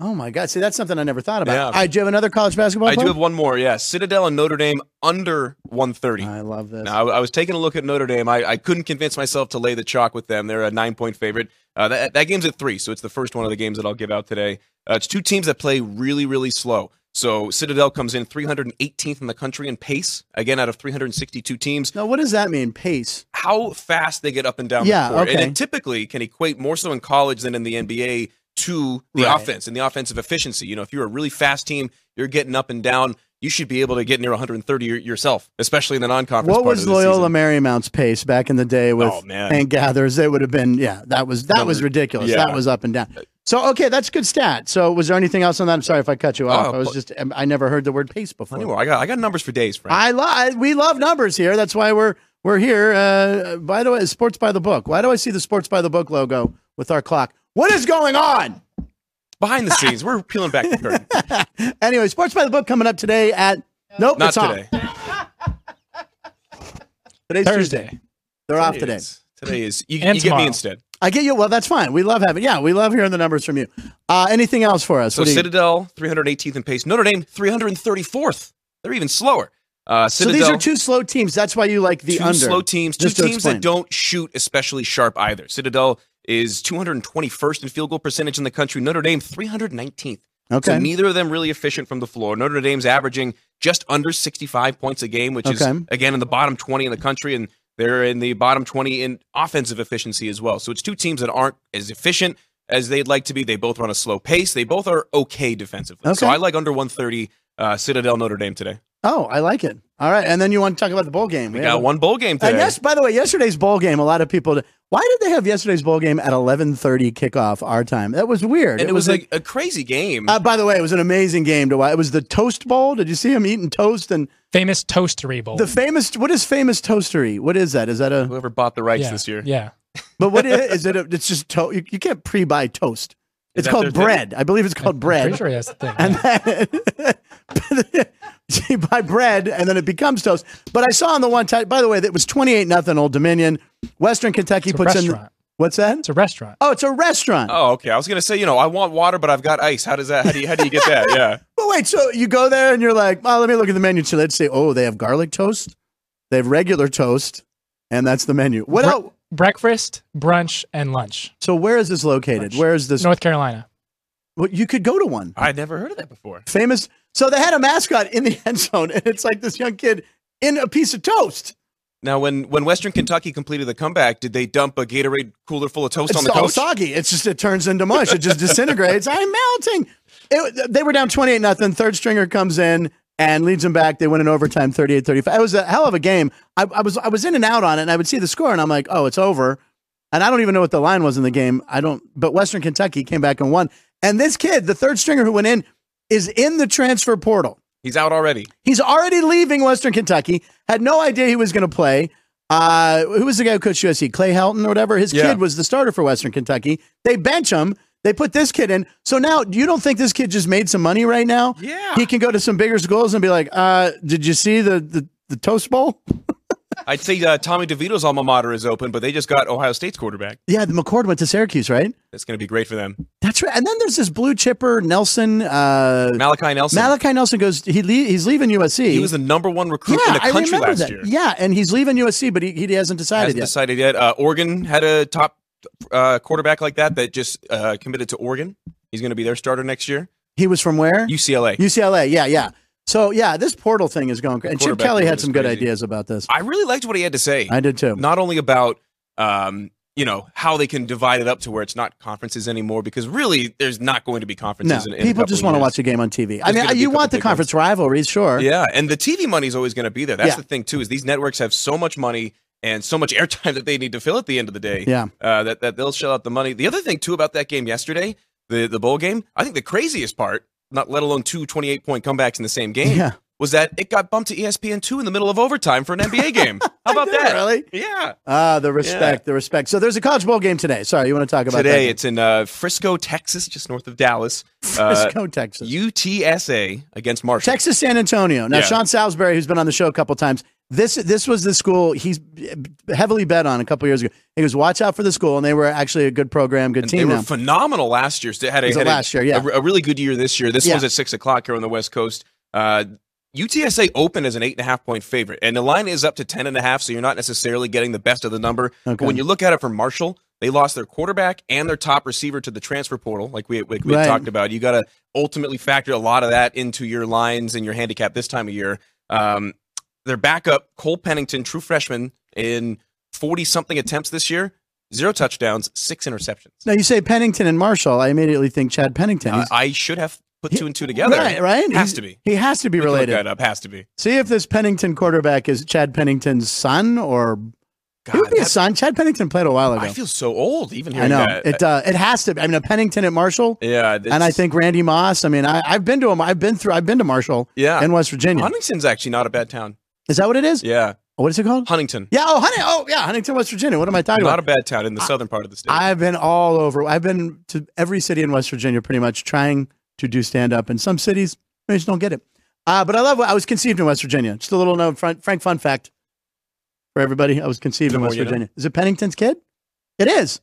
Speaker 1: Oh my god! See, that's something I never thought about.
Speaker 6: Yeah.
Speaker 1: All right, do you have another college basketball?
Speaker 6: I do
Speaker 1: poll?
Speaker 6: have one more. Yeah, Citadel and Notre Dame under 130.
Speaker 1: I love this.
Speaker 6: Now, I, I was taking a look at Notre Dame. I, I couldn't convince myself to lay the chalk with them. They're a nine point favorite. Uh, that, that game's at three, so it's the first one of the games that I'll give out today. Uh, it's two teams that play really, really slow. So Citadel comes in 318th in the country in pace, again, out of 362 teams.
Speaker 1: Now, what does that mean? Pace.
Speaker 6: How fast they get up and down
Speaker 1: Yeah,
Speaker 6: the court.
Speaker 1: okay.
Speaker 6: And it typically can equate more so in college than in the NBA to the
Speaker 1: Right.
Speaker 6: offense and the offensive efficiency. You know, if you're a really fast team, you're getting up and down. You should be able to get near 130 y- yourself, especially in the non-conference.
Speaker 1: What
Speaker 6: part
Speaker 1: was
Speaker 6: of the season.
Speaker 1: Loyola Marymount's pace back in the day with
Speaker 6: Oh, man.
Speaker 1: and gathers? It would have been yeah. That was that was
Speaker 6: Number-
Speaker 1: ridiculous.
Speaker 6: yeah.
Speaker 1: That was up and down. So okay, that's a good stat. So was there anything else on that? I'm sorry if I cut you off.
Speaker 6: Oh,
Speaker 1: I was
Speaker 6: but-
Speaker 1: just um, I never heard the word pace before.
Speaker 6: Anyway, I got I got numbers for days, Frank.
Speaker 1: I love we love numbers here. That's why we're we're here. Uh, by the way, sports by the book. Why do I see the sports by the book logo with our clock? What is going on?
Speaker 6: Behind the scenes, we're peeling back the curtain.
Speaker 1: anyway, Sports by the Book coming up today at Nope,
Speaker 6: Not
Speaker 1: it's on.
Speaker 6: today.
Speaker 1: Today's Tuesday.
Speaker 2: Thursday.
Speaker 1: They're off today.
Speaker 6: is- Today is you,
Speaker 2: And
Speaker 6: you get
Speaker 2: tomorrow.
Speaker 6: me instead.
Speaker 1: I get you. Well, that's fine. We love having. Yeah, we love hearing the numbers from you. Uh, anything else for us?
Speaker 6: So
Speaker 1: What do you-
Speaker 6: Citadel 318th in pace. Notre Dame 334th. They're even slower. Uh,
Speaker 1: so
Speaker 6: Citadel,
Speaker 1: these are two slow teams. That's why you like the
Speaker 6: two
Speaker 1: under.
Speaker 6: slow teams, two
Speaker 1: Just to
Speaker 6: teams
Speaker 1: explain.
Speaker 6: that don't shoot especially sharp either. Citadel is 221st in field goal percentage in the country. Notre Dame 319th.
Speaker 1: Okay.
Speaker 6: So neither of them really efficient from the floor. Notre Dame's averaging just under 65 points a game, which
Speaker 1: Okay.
Speaker 6: is again in the bottom 20 in the country, and they're in the bottom 20 in offensive efficiency as well. So it's two teams that aren't as efficient as they'd like to be. They both run a slow pace. They both are okay defensively.
Speaker 1: Okay.
Speaker 6: So I like under 130 uh, Citadel Notre Dame today.
Speaker 1: oh, I like it. All right, and then you want to talk about the bowl game?
Speaker 6: We got one bowl game today.
Speaker 1: And yes, by the way, yesterday's bowl game. A lot of people. Why did they have yesterday's bowl game at eleven thirty kickoff our time? That was weird.
Speaker 6: and it was a, a crazy game.
Speaker 1: Uh, by the way, it was an amazing game to watch. It was the Toast Bowl. Did you see him eating toast and
Speaker 2: Famous toastery bowl.
Speaker 1: the famous? What is famous toastery? What is that? Is that a?
Speaker 6: Whoever bought the rights
Speaker 2: yeah.
Speaker 6: this year.
Speaker 2: Yeah.
Speaker 1: But what is, is it? A, it's just toast. You, you can't pre-buy toast. It's
Speaker 6: that
Speaker 1: called
Speaker 6: their thing?
Speaker 1: bread. I believe it's called
Speaker 2: Pretty
Speaker 1: bread.
Speaker 2: sure that's the thing.
Speaker 1: And then you buy bread, and then it becomes toast. But I saw on the one time. By the way, that was twenty-eight nothing Old Dominion. Western Kentucky
Speaker 2: It's a
Speaker 1: puts in.
Speaker 2: restaurant.
Speaker 1: What's that?
Speaker 2: It's a restaurant.
Speaker 1: Oh, it's a restaurant.
Speaker 6: Oh, okay. I was gonna say, you know, I want water, but I've got ice. How does that? How do you? How do you get that? Yeah.
Speaker 1: But wait, so you go there and you're like, oh, let me look at the menu. So let's say, oh, they have garlic toast, they have regular toast, and that's the menu. What
Speaker 2: Bre-
Speaker 1: else?
Speaker 2: Breakfast, brunch, and lunch.
Speaker 1: So where is this located? Where is this?
Speaker 2: North Carolina.
Speaker 1: Well, you could go to one.
Speaker 6: I'd never heard of that before.
Speaker 1: Famous. So they had a mascot in the end zone, and it's like this young kid in a piece of toast.
Speaker 6: Now, when when Western Kentucky completed the comeback, did they dump a Gatorade cooler full of toast
Speaker 1: It's
Speaker 6: on the
Speaker 1: all
Speaker 6: coach?
Speaker 1: soggy. It's just it turns into mush. It just disintegrates. I'm melting. It, they were down 28 nothing. Third stringer comes in and leads them back. They win in overtime 38-35. It was a hell of a game. I, I was I was in and out on it and I would see the score and I'm like, "Oh, it's over." And I don't even know what the line was in the game. I don't but Western Kentucky came back and won. And this kid, the third stringer who went in is in the transfer portal.
Speaker 6: He's out already.
Speaker 1: He's already leaving Western Kentucky. Had no idea he was going to play. Uh, who was the guy who coached USC? Clay Helton or whatever. His
Speaker 6: Yeah.
Speaker 1: kid was the starter for Western Kentucky. They bench him. They put this kid in. So now you don't think this kid just made some money right now?
Speaker 6: Yeah.
Speaker 1: He can go to some bigger schools and be like, uh, "Did you see the the, the toast bowl?
Speaker 6: I'd say uh, Tommy DeVito's alma mater is open, but they just got Ohio State's quarterback.
Speaker 1: Yeah, the McCord went to Syracuse, right?
Speaker 6: That's going to be great for them.
Speaker 1: That's right. And then there's this blue chipper Nelson. Uh,
Speaker 6: Malachi Nelson.
Speaker 1: Malachi Nelson goes. He le- he's leaving USC.
Speaker 6: He was the number one recruit in the
Speaker 1: I
Speaker 6: country
Speaker 1: remember
Speaker 6: last
Speaker 1: that.
Speaker 6: year.
Speaker 1: Yeah, and he's leaving USC, but he, he hasn't decided
Speaker 6: Hasn't
Speaker 1: yet.
Speaker 6: decided yet. Uh, Oregon had a top uh, quarterback like that that just uh, committed to Oregon. He's going to be their starter next year.
Speaker 1: He was from where?
Speaker 6: UCLA.
Speaker 1: UCLA. Yeah, yeah. So yeah, this portal thing is going. cra- And Chip
Speaker 6: Quarterback
Speaker 1: Kelly
Speaker 6: room
Speaker 1: had
Speaker 6: is
Speaker 1: some good
Speaker 6: crazy.
Speaker 1: ideas about this.
Speaker 6: I really liked what he had to say.
Speaker 1: I did too.
Speaker 6: Not only about um, you know how they can divide it up to where it's not conferences anymore, because really there's not going to be
Speaker 1: No,
Speaker 6: conferences. in, in a
Speaker 1: people
Speaker 6: couple
Speaker 1: just
Speaker 6: of
Speaker 1: want to
Speaker 6: years.
Speaker 1: watch a game on TV. I mean, uh,
Speaker 6: gonna be
Speaker 1: you
Speaker 6: a couple
Speaker 1: want the
Speaker 6: big
Speaker 1: conference rivalries, sure.
Speaker 6: Yeah, and the TV money's always going to be there. That's
Speaker 1: Yeah.
Speaker 6: the thing too is these networks have so much money and so much airtime that they need to fill at the end of the day.
Speaker 1: Yeah.
Speaker 6: uh, that that they'll shell out the money. The other thing too about that game yesterday, the the bowl game, I think the craziest part, not let alone two 28 point comebacks in the same game,
Speaker 1: Yeah.
Speaker 6: was that it got bumped to E ESPN two in the middle of overtime for an NBA game. How about
Speaker 1: Did it
Speaker 6: that?
Speaker 1: really?
Speaker 6: Yeah.
Speaker 1: Ah, the respect, the respect. So there's a college bowl game today. Sorry, you want to talk about
Speaker 6: Today
Speaker 1: That?
Speaker 6: it's in uh, Frisco, Texas, just north of Dallas. Uh,
Speaker 1: Frisco, Texas.
Speaker 6: UTSA against Marshall.
Speaker 1: Texas San Antonio. Now
Speaker 6: Yeah.
Speaker 1: Sean Salisbury, who's been on the show a couple times, this this was the school he's heavily bet on a couple years ago. He goes, watch out for the school, and they were actually a good program, good
Speaker 6: And
Speaker 1: team.
Speaker 6: they were
Speaker 1: now.
Speaker 6: phenomenal last year. So they had a,
Speaker 1: Was it
Speaker 6: had a-
Speaker 1: last year? Yeah.
Speaker 6: a, a really good year this year. This
Speaker 1: Yeah.
Speaker 6: one's at six o'clock here on the West Coast. Uh, UTSA opened as an eight and a half point favorite, and the line is up to ten and a half. So you're not necessarily getting the best of the number.
Speaker 1: Okay.
Speaker 6: But when you look at it for Marshall, they lost their quarterback and their top receiver to the transfer portal, like we like we had
Speaker 1: Right.
Speaker 6: talked about. You got to ultimately factor a lot of that into your lines and your handicap this time of year. Um, their backup Cole Pennington, true freshman, in forty something attempts this year, zero touchdowns, six interceptions.
Speaker 1: now you say Pennington and Marshall. I immediately think Chad Pennington.
Speaker 6: I,
Speaker 1: He's-
Speaker 6: I should have put two and two together.
Speaker 1: Right, right.
Speaker 6: Has
Speaker 1: He's-
Speaker 6: to be.
Speaker 1: He has to be
Speaker 6: We can look
Speaker 1: related.
Speaker 6: that up. Has to be.
Speaker 1: See if this Pennington quarterback is Chad Pennington's son or
Speaker 6: God,
Speaker 1: he would be
Speaker 6: that-
Speaker 1: his son. Chad Pennington played a while ago.
Speaker 6: I feel so old even
Speaker 1: I
Speaker 6: hearing
Speaker 1: know
Speaker 6: that.
Speaker 1: it. Uh, it has to. Be. I mean, a Pennington at Marshall,
Speaker 6: yeah,
Speaker 1: and I think Randy Moss. I mean, I, I've been to him. I've been through. I've been to Marshall.
Speaker 6: Yeah.
Speaker 1: in West Virginia.
Speaker 6: Huntington's actually not a bad town.
Speaker 1: Is that what it is?
Speaker 6: Yeah,
Speaker 1: What is it called?
Speaker 6: Huntington,
Speaker 1: yeah. Oh, Hunting. Oh, yeah. Huntington, West Virginia. What am I talking
Speaker 6: not
Speaker 1: about?
Speaker 6: a bad town in the southern part of the state.
Speaker 1: I've been all over. I've been to every city in West Virginia, pretty much trying to do stand up. In some cities, they just don't get it. Uh, but I love. I was conceived in West Virginia. Just a little known Frank, Frank fun fact for everybody. I was conceived
Speaker 6: The
Speaker 1: in
Speaker 6: more
Speaker 1: West
Speaker 6: you know.
Speaker 1: Virginia. Is it Pennington's kid? It is.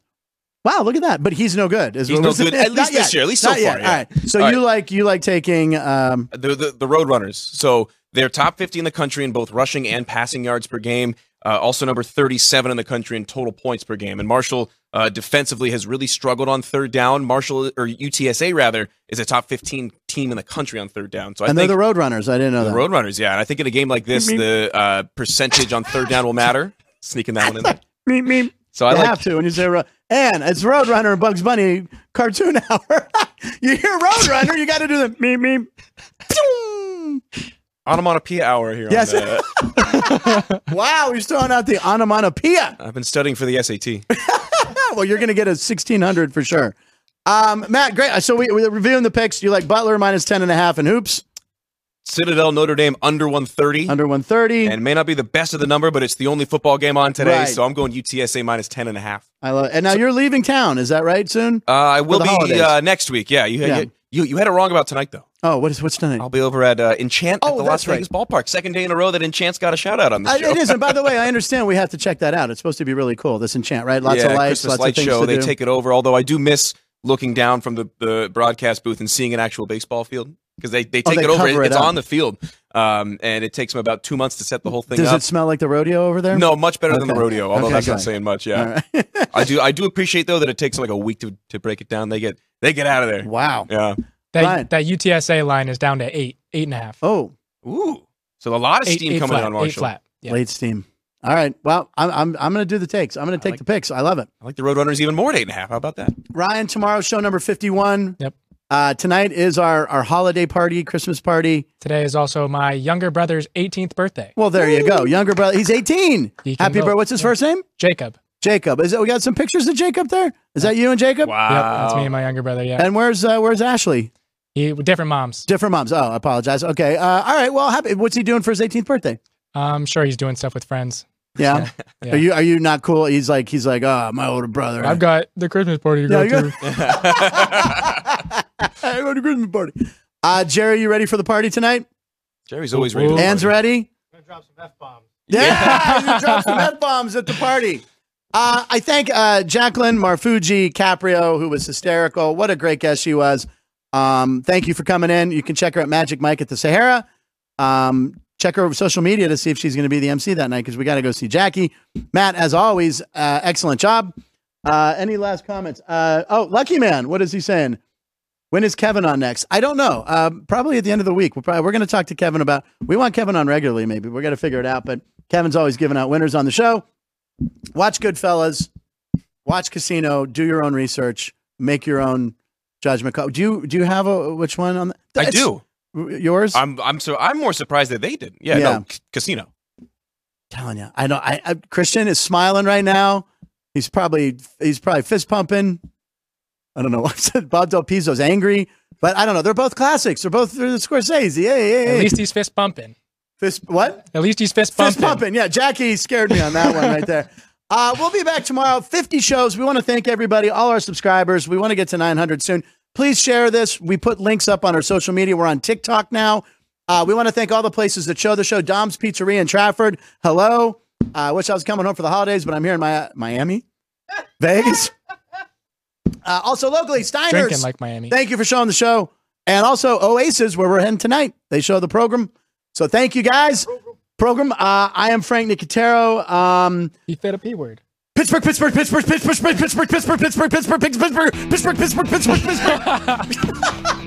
Speaker 1: Wow, look at that. But he's no good. Is
Speaker 6: He's
Speaker 1: what
Speaker 6: no
Speaker 1: was-
Speaker 6: good, at
Speaker 1: Not
Speaker 6: least this
Speaker 1: yet.
Speaker 6: year, at least so
Speaker 1: Not
Speaker 6: far,
Speaker 1: yet.
Speaker 6: yeah.
Speaker 1: All right. So
Speaker 6: All
Speaker 1: you like you like taking um,
Speaker 6: the, the the Roadrunners. So they're top 50 in the country in both rushing and passing yards per game. Uh, also number 37 in the country in total points per game. And Marshall uh, defensively has really struggled on third down. Marshall or UTSA rather is a top 15 team in the country on third down. So I
Speaker 1: and they're
Speaker 6: think
Speaker 1: the Roadrunners. I didn't know
Speaker 6: the
Speaker 1: that.
Speaker 6: Roadrunners, yeah. And I think in a game like this, the uh, percentage on third down will matter. Sneaking that one in there.
Speaker 1: Meep, meep.
Speaker 6: So I
Speaker 1: you
Speaker 6: like
Speaker 1: have to when you say road. And it's Roadrunner and Bugs Bunny cartoon hour. you hear Roadrunner, you got to do the meep meep. Ptoom.
Speaker 6: onomatopoeia hour here.
Speaker 1: Yes.
Speaker 6: On the, uh,
Speaker 1: Wow, he's throwing out the onomatopoeia.
Speaker 6: I've been studying for the SAT.
Speaker 1: Yeah, well, you're going to get a 1600 for sure. Um, Matt, great. So we, we're reviewing the picks. You like Butler minus 10 and a half and hoops
Speaker 6: Citadel Notre Dame under 130.
Speaker 1: under 130.
Speaker 6: and may not be the best of the number, but it's the only football game on today.
Speaker 1: Right.
Speaker 6: So I'm going UTSA minus 10 and a half.
Speaker 1: I love, and now you're leaving town. Is that right soon?
Speaker 6: Uh, I will
Speaker 1: the
Speaker 6: be
Speaker 1: holidays.
Speaker 6: uh, next week. Yeah, you,
Speaker 1: Yeah.
Speaker 6: You, You you had it wrong about tonight though.
Speaker 1: Oh, what is what's tonight?
Speaker 6: I'll be over at uh, Enchant
Speaker 1: Oh,
Speaker 6: at the
Speaker 1: that's
Speaker 6: Las Vegas ballpark. Second day in a row that Enchant's got a shout out on this
Speaker 1: I,
Speaker 6: show.
Speaker 1: it is, and by the way, I understand we have to check that out. It's supposed to be really cool. This enchant, right? Lots
Speaker 6: yeah,
Speaker 1: of lights,
Speaker 6: Christmas
Speaker 1: lots
Speaker 6: light
Speaker 1: of things
Speaker 6: show.
Speaker 1: to
Speaker 6: they
Speaker 1: do.
Speaker 6: take it over. Although I do miss looking down from the, the broadcast booth and seeing an actual baseball field because they, they
Speaker 1: Oh,
Speaker 6: take
Speaker 1: they
Speaker 6: it over.
Speaker 1: cover it
Speaker 6: it's
Speaker 1: up.
Speaker 6: on the field, um, and it takes them about two months to set the whole thing
Speaker 1: Does
Speaker 6: up.
Speaker 1: it smell like the rodeo over there?
Speaker 6: no, much better than the
Speaker 1: Okay.
Speaker 6: rodeo. Although
Speaker 1: Okay,
Speaker 6: that's not
Speaker 1: good.
Speaker 6: saying much.
Speaker 1: All
Speaker 6: Yeah,
Speaker 1: right.
Speaker 6: I do. I do appreciate though that it takes like a week to, to break it down. They get they get out of there.
Speaker 1: wow.
Speaker 6: Yeah.
Speaker 1: Ryan.
Speaker 2: That, that UTSA line is down to eight, eight and a half.
Speaker 1: Oh,
Speaker 6: Ooh. So a lot of
Speaker 2: Eight-
Speaker 6: steam
Speaker 2: eight
Speaker 6: coming
Speaker 2: flat,
Speaker 6: on
Speaker 2: Eight
Speaker 6: Marshall.
Speaker 2: flat. Yeah.
Speaker 1: late steam. All right. Well, I'm I'm I'm gonna do the takes. I'm gonna take
Speaker 6: like-
Speaker 1: the picks. I love it.
Speaker 6: I like the Roadrunners even more at eight and a half. How about that?
Speaker 1: Ryan, tomorrow's show number fifty-one.
Speaker 2: Yep.
Speaker 1: Uh, tonight is our our holiday party, Christmas party.
Speaker 2: Today is also my younger brother's 18th birthday.
Speaker 1: Well, there you go. Younger brother, he's eighteen.
Speaker 2: He can
Speaker 1: Happy
Speaker 2: go.
Speaker 1: birthday. What's his
Speaker 2: Yeah.
Speaker 1: first name?
Speaker 2: Jacob.
Speaker 1: Jacob. Is that we got some pictures of Jacob there? Is that you and Jacob?
Speaker 2: Yep, that's me and my younger brother. Yeah.
Speaker 1: And where's uh, where's Ashley?
Speaker 2: He different moms.
Speaker 1: Different moms. Oh, I apologize. Okay. Uh, all right. Well, happy. What's he doing for his 18th birthday?
Speaker 2: I'm sure he's doing stuff with friends.
Speaker 1: Yeah.
Speaker 2: Yeah.
Speaker 1: Are you are you not cool? He's like he's like oh my older brother.
Speaker 2: I've got the Christmas party to
Speaker 1: Yeah,
Speaker 2: go
Speaker 1: you got-
Speaker 2: to.
Speaker 1: I go to Christmas party. Uh, Jerry, you ready for the party tonight?
Speaker 6: Jerry's always ready. to
Speaker 2: Ooh.
Speaker 6: party.
Speaker 1: Anne's ready.
Speaker 2: gonna drop some f bombs.
Speaker 1: Yeah, you dropped some f bombs at the party. Uh, I thank uh, Jacqueline Marfuji Caprio, who was hysterical. What a great guest she was. Um, thank you for coming in. You can check her at Magic Mike at the Sahara. Um, check her social media to see if she's going to be the MC that night because we got to go see Jackie. Matt, as always, uh, excellent job. Uh, any last comments? Uh, oh, Lucky Man, what is he saying? When is Kevin on next? I don't know. Um, probably at the end of the week. We'll probably, we're going to talk to Kevin about. We want Kevin on regularly. Maybe we're going to figure it out. But Kevin's always giving out winners on the show. Watch Goodfellas. Watch Casino. Do your own research. Make your own judgment call. Do you do you have a which one on? The,
Speaker 6: I do.
Speaker 1: Yours? I'm
Speaker 6: I'm I'm so I'm more surprised that they didn't. Yeah,
Speaker 1: Yeah.
Speaker 6: no, c- casino.
Speaker 1: telling you. I know. I, I Christian is smiling right now. He's probably he's probably fist pumping. I don't know. I said Bob Del Pizzo's angry, but I don't know. They're both classics. They're both they're the Scorsese. Yeah, yeah, yeah.
Speaker 2: At least he's fist pumping.
Speaker 1: fist what?
Speaker 2: At least he's fist pumping.
Speaker 1: Fist pumping. Yeah, Jackie scared me on that one right there. Uh, we'll be back tomorrow. 50 shows. We want to thank everybody, all our subscribers. We want to get to 900 soon. Please share this. We put links up on our social media. We're on TikTok now. Uh, we want to thank all the places that show the show. Dom's Pizzeria in Trafford. Hello. Uh, I wish I was coming home for the holidays, but I'm here in my, Miami, Vegas. Uh, also, locally, Steiner's.
Speaker 2: Drinking like Miami.
Speaker 1: Thank you for showing the show. And also Oasis, where we're heading tonight. They show the program. So thank you guys. Program. Uh, I am Frank Nicotero. Um,
Speaker 2: He fed a P word.
Speaker 1: Pittsburgh, Pittsburgh, Pittsburgh, Pittsburgh, Pittsburgh, Pittsburgh, Pittsburgh, Pittsburgh, Pittsburgh, Pittsburgh, Pittsburgh, Pittsburgh, Pittsburgh, Pittsburgh, Pittsburgh.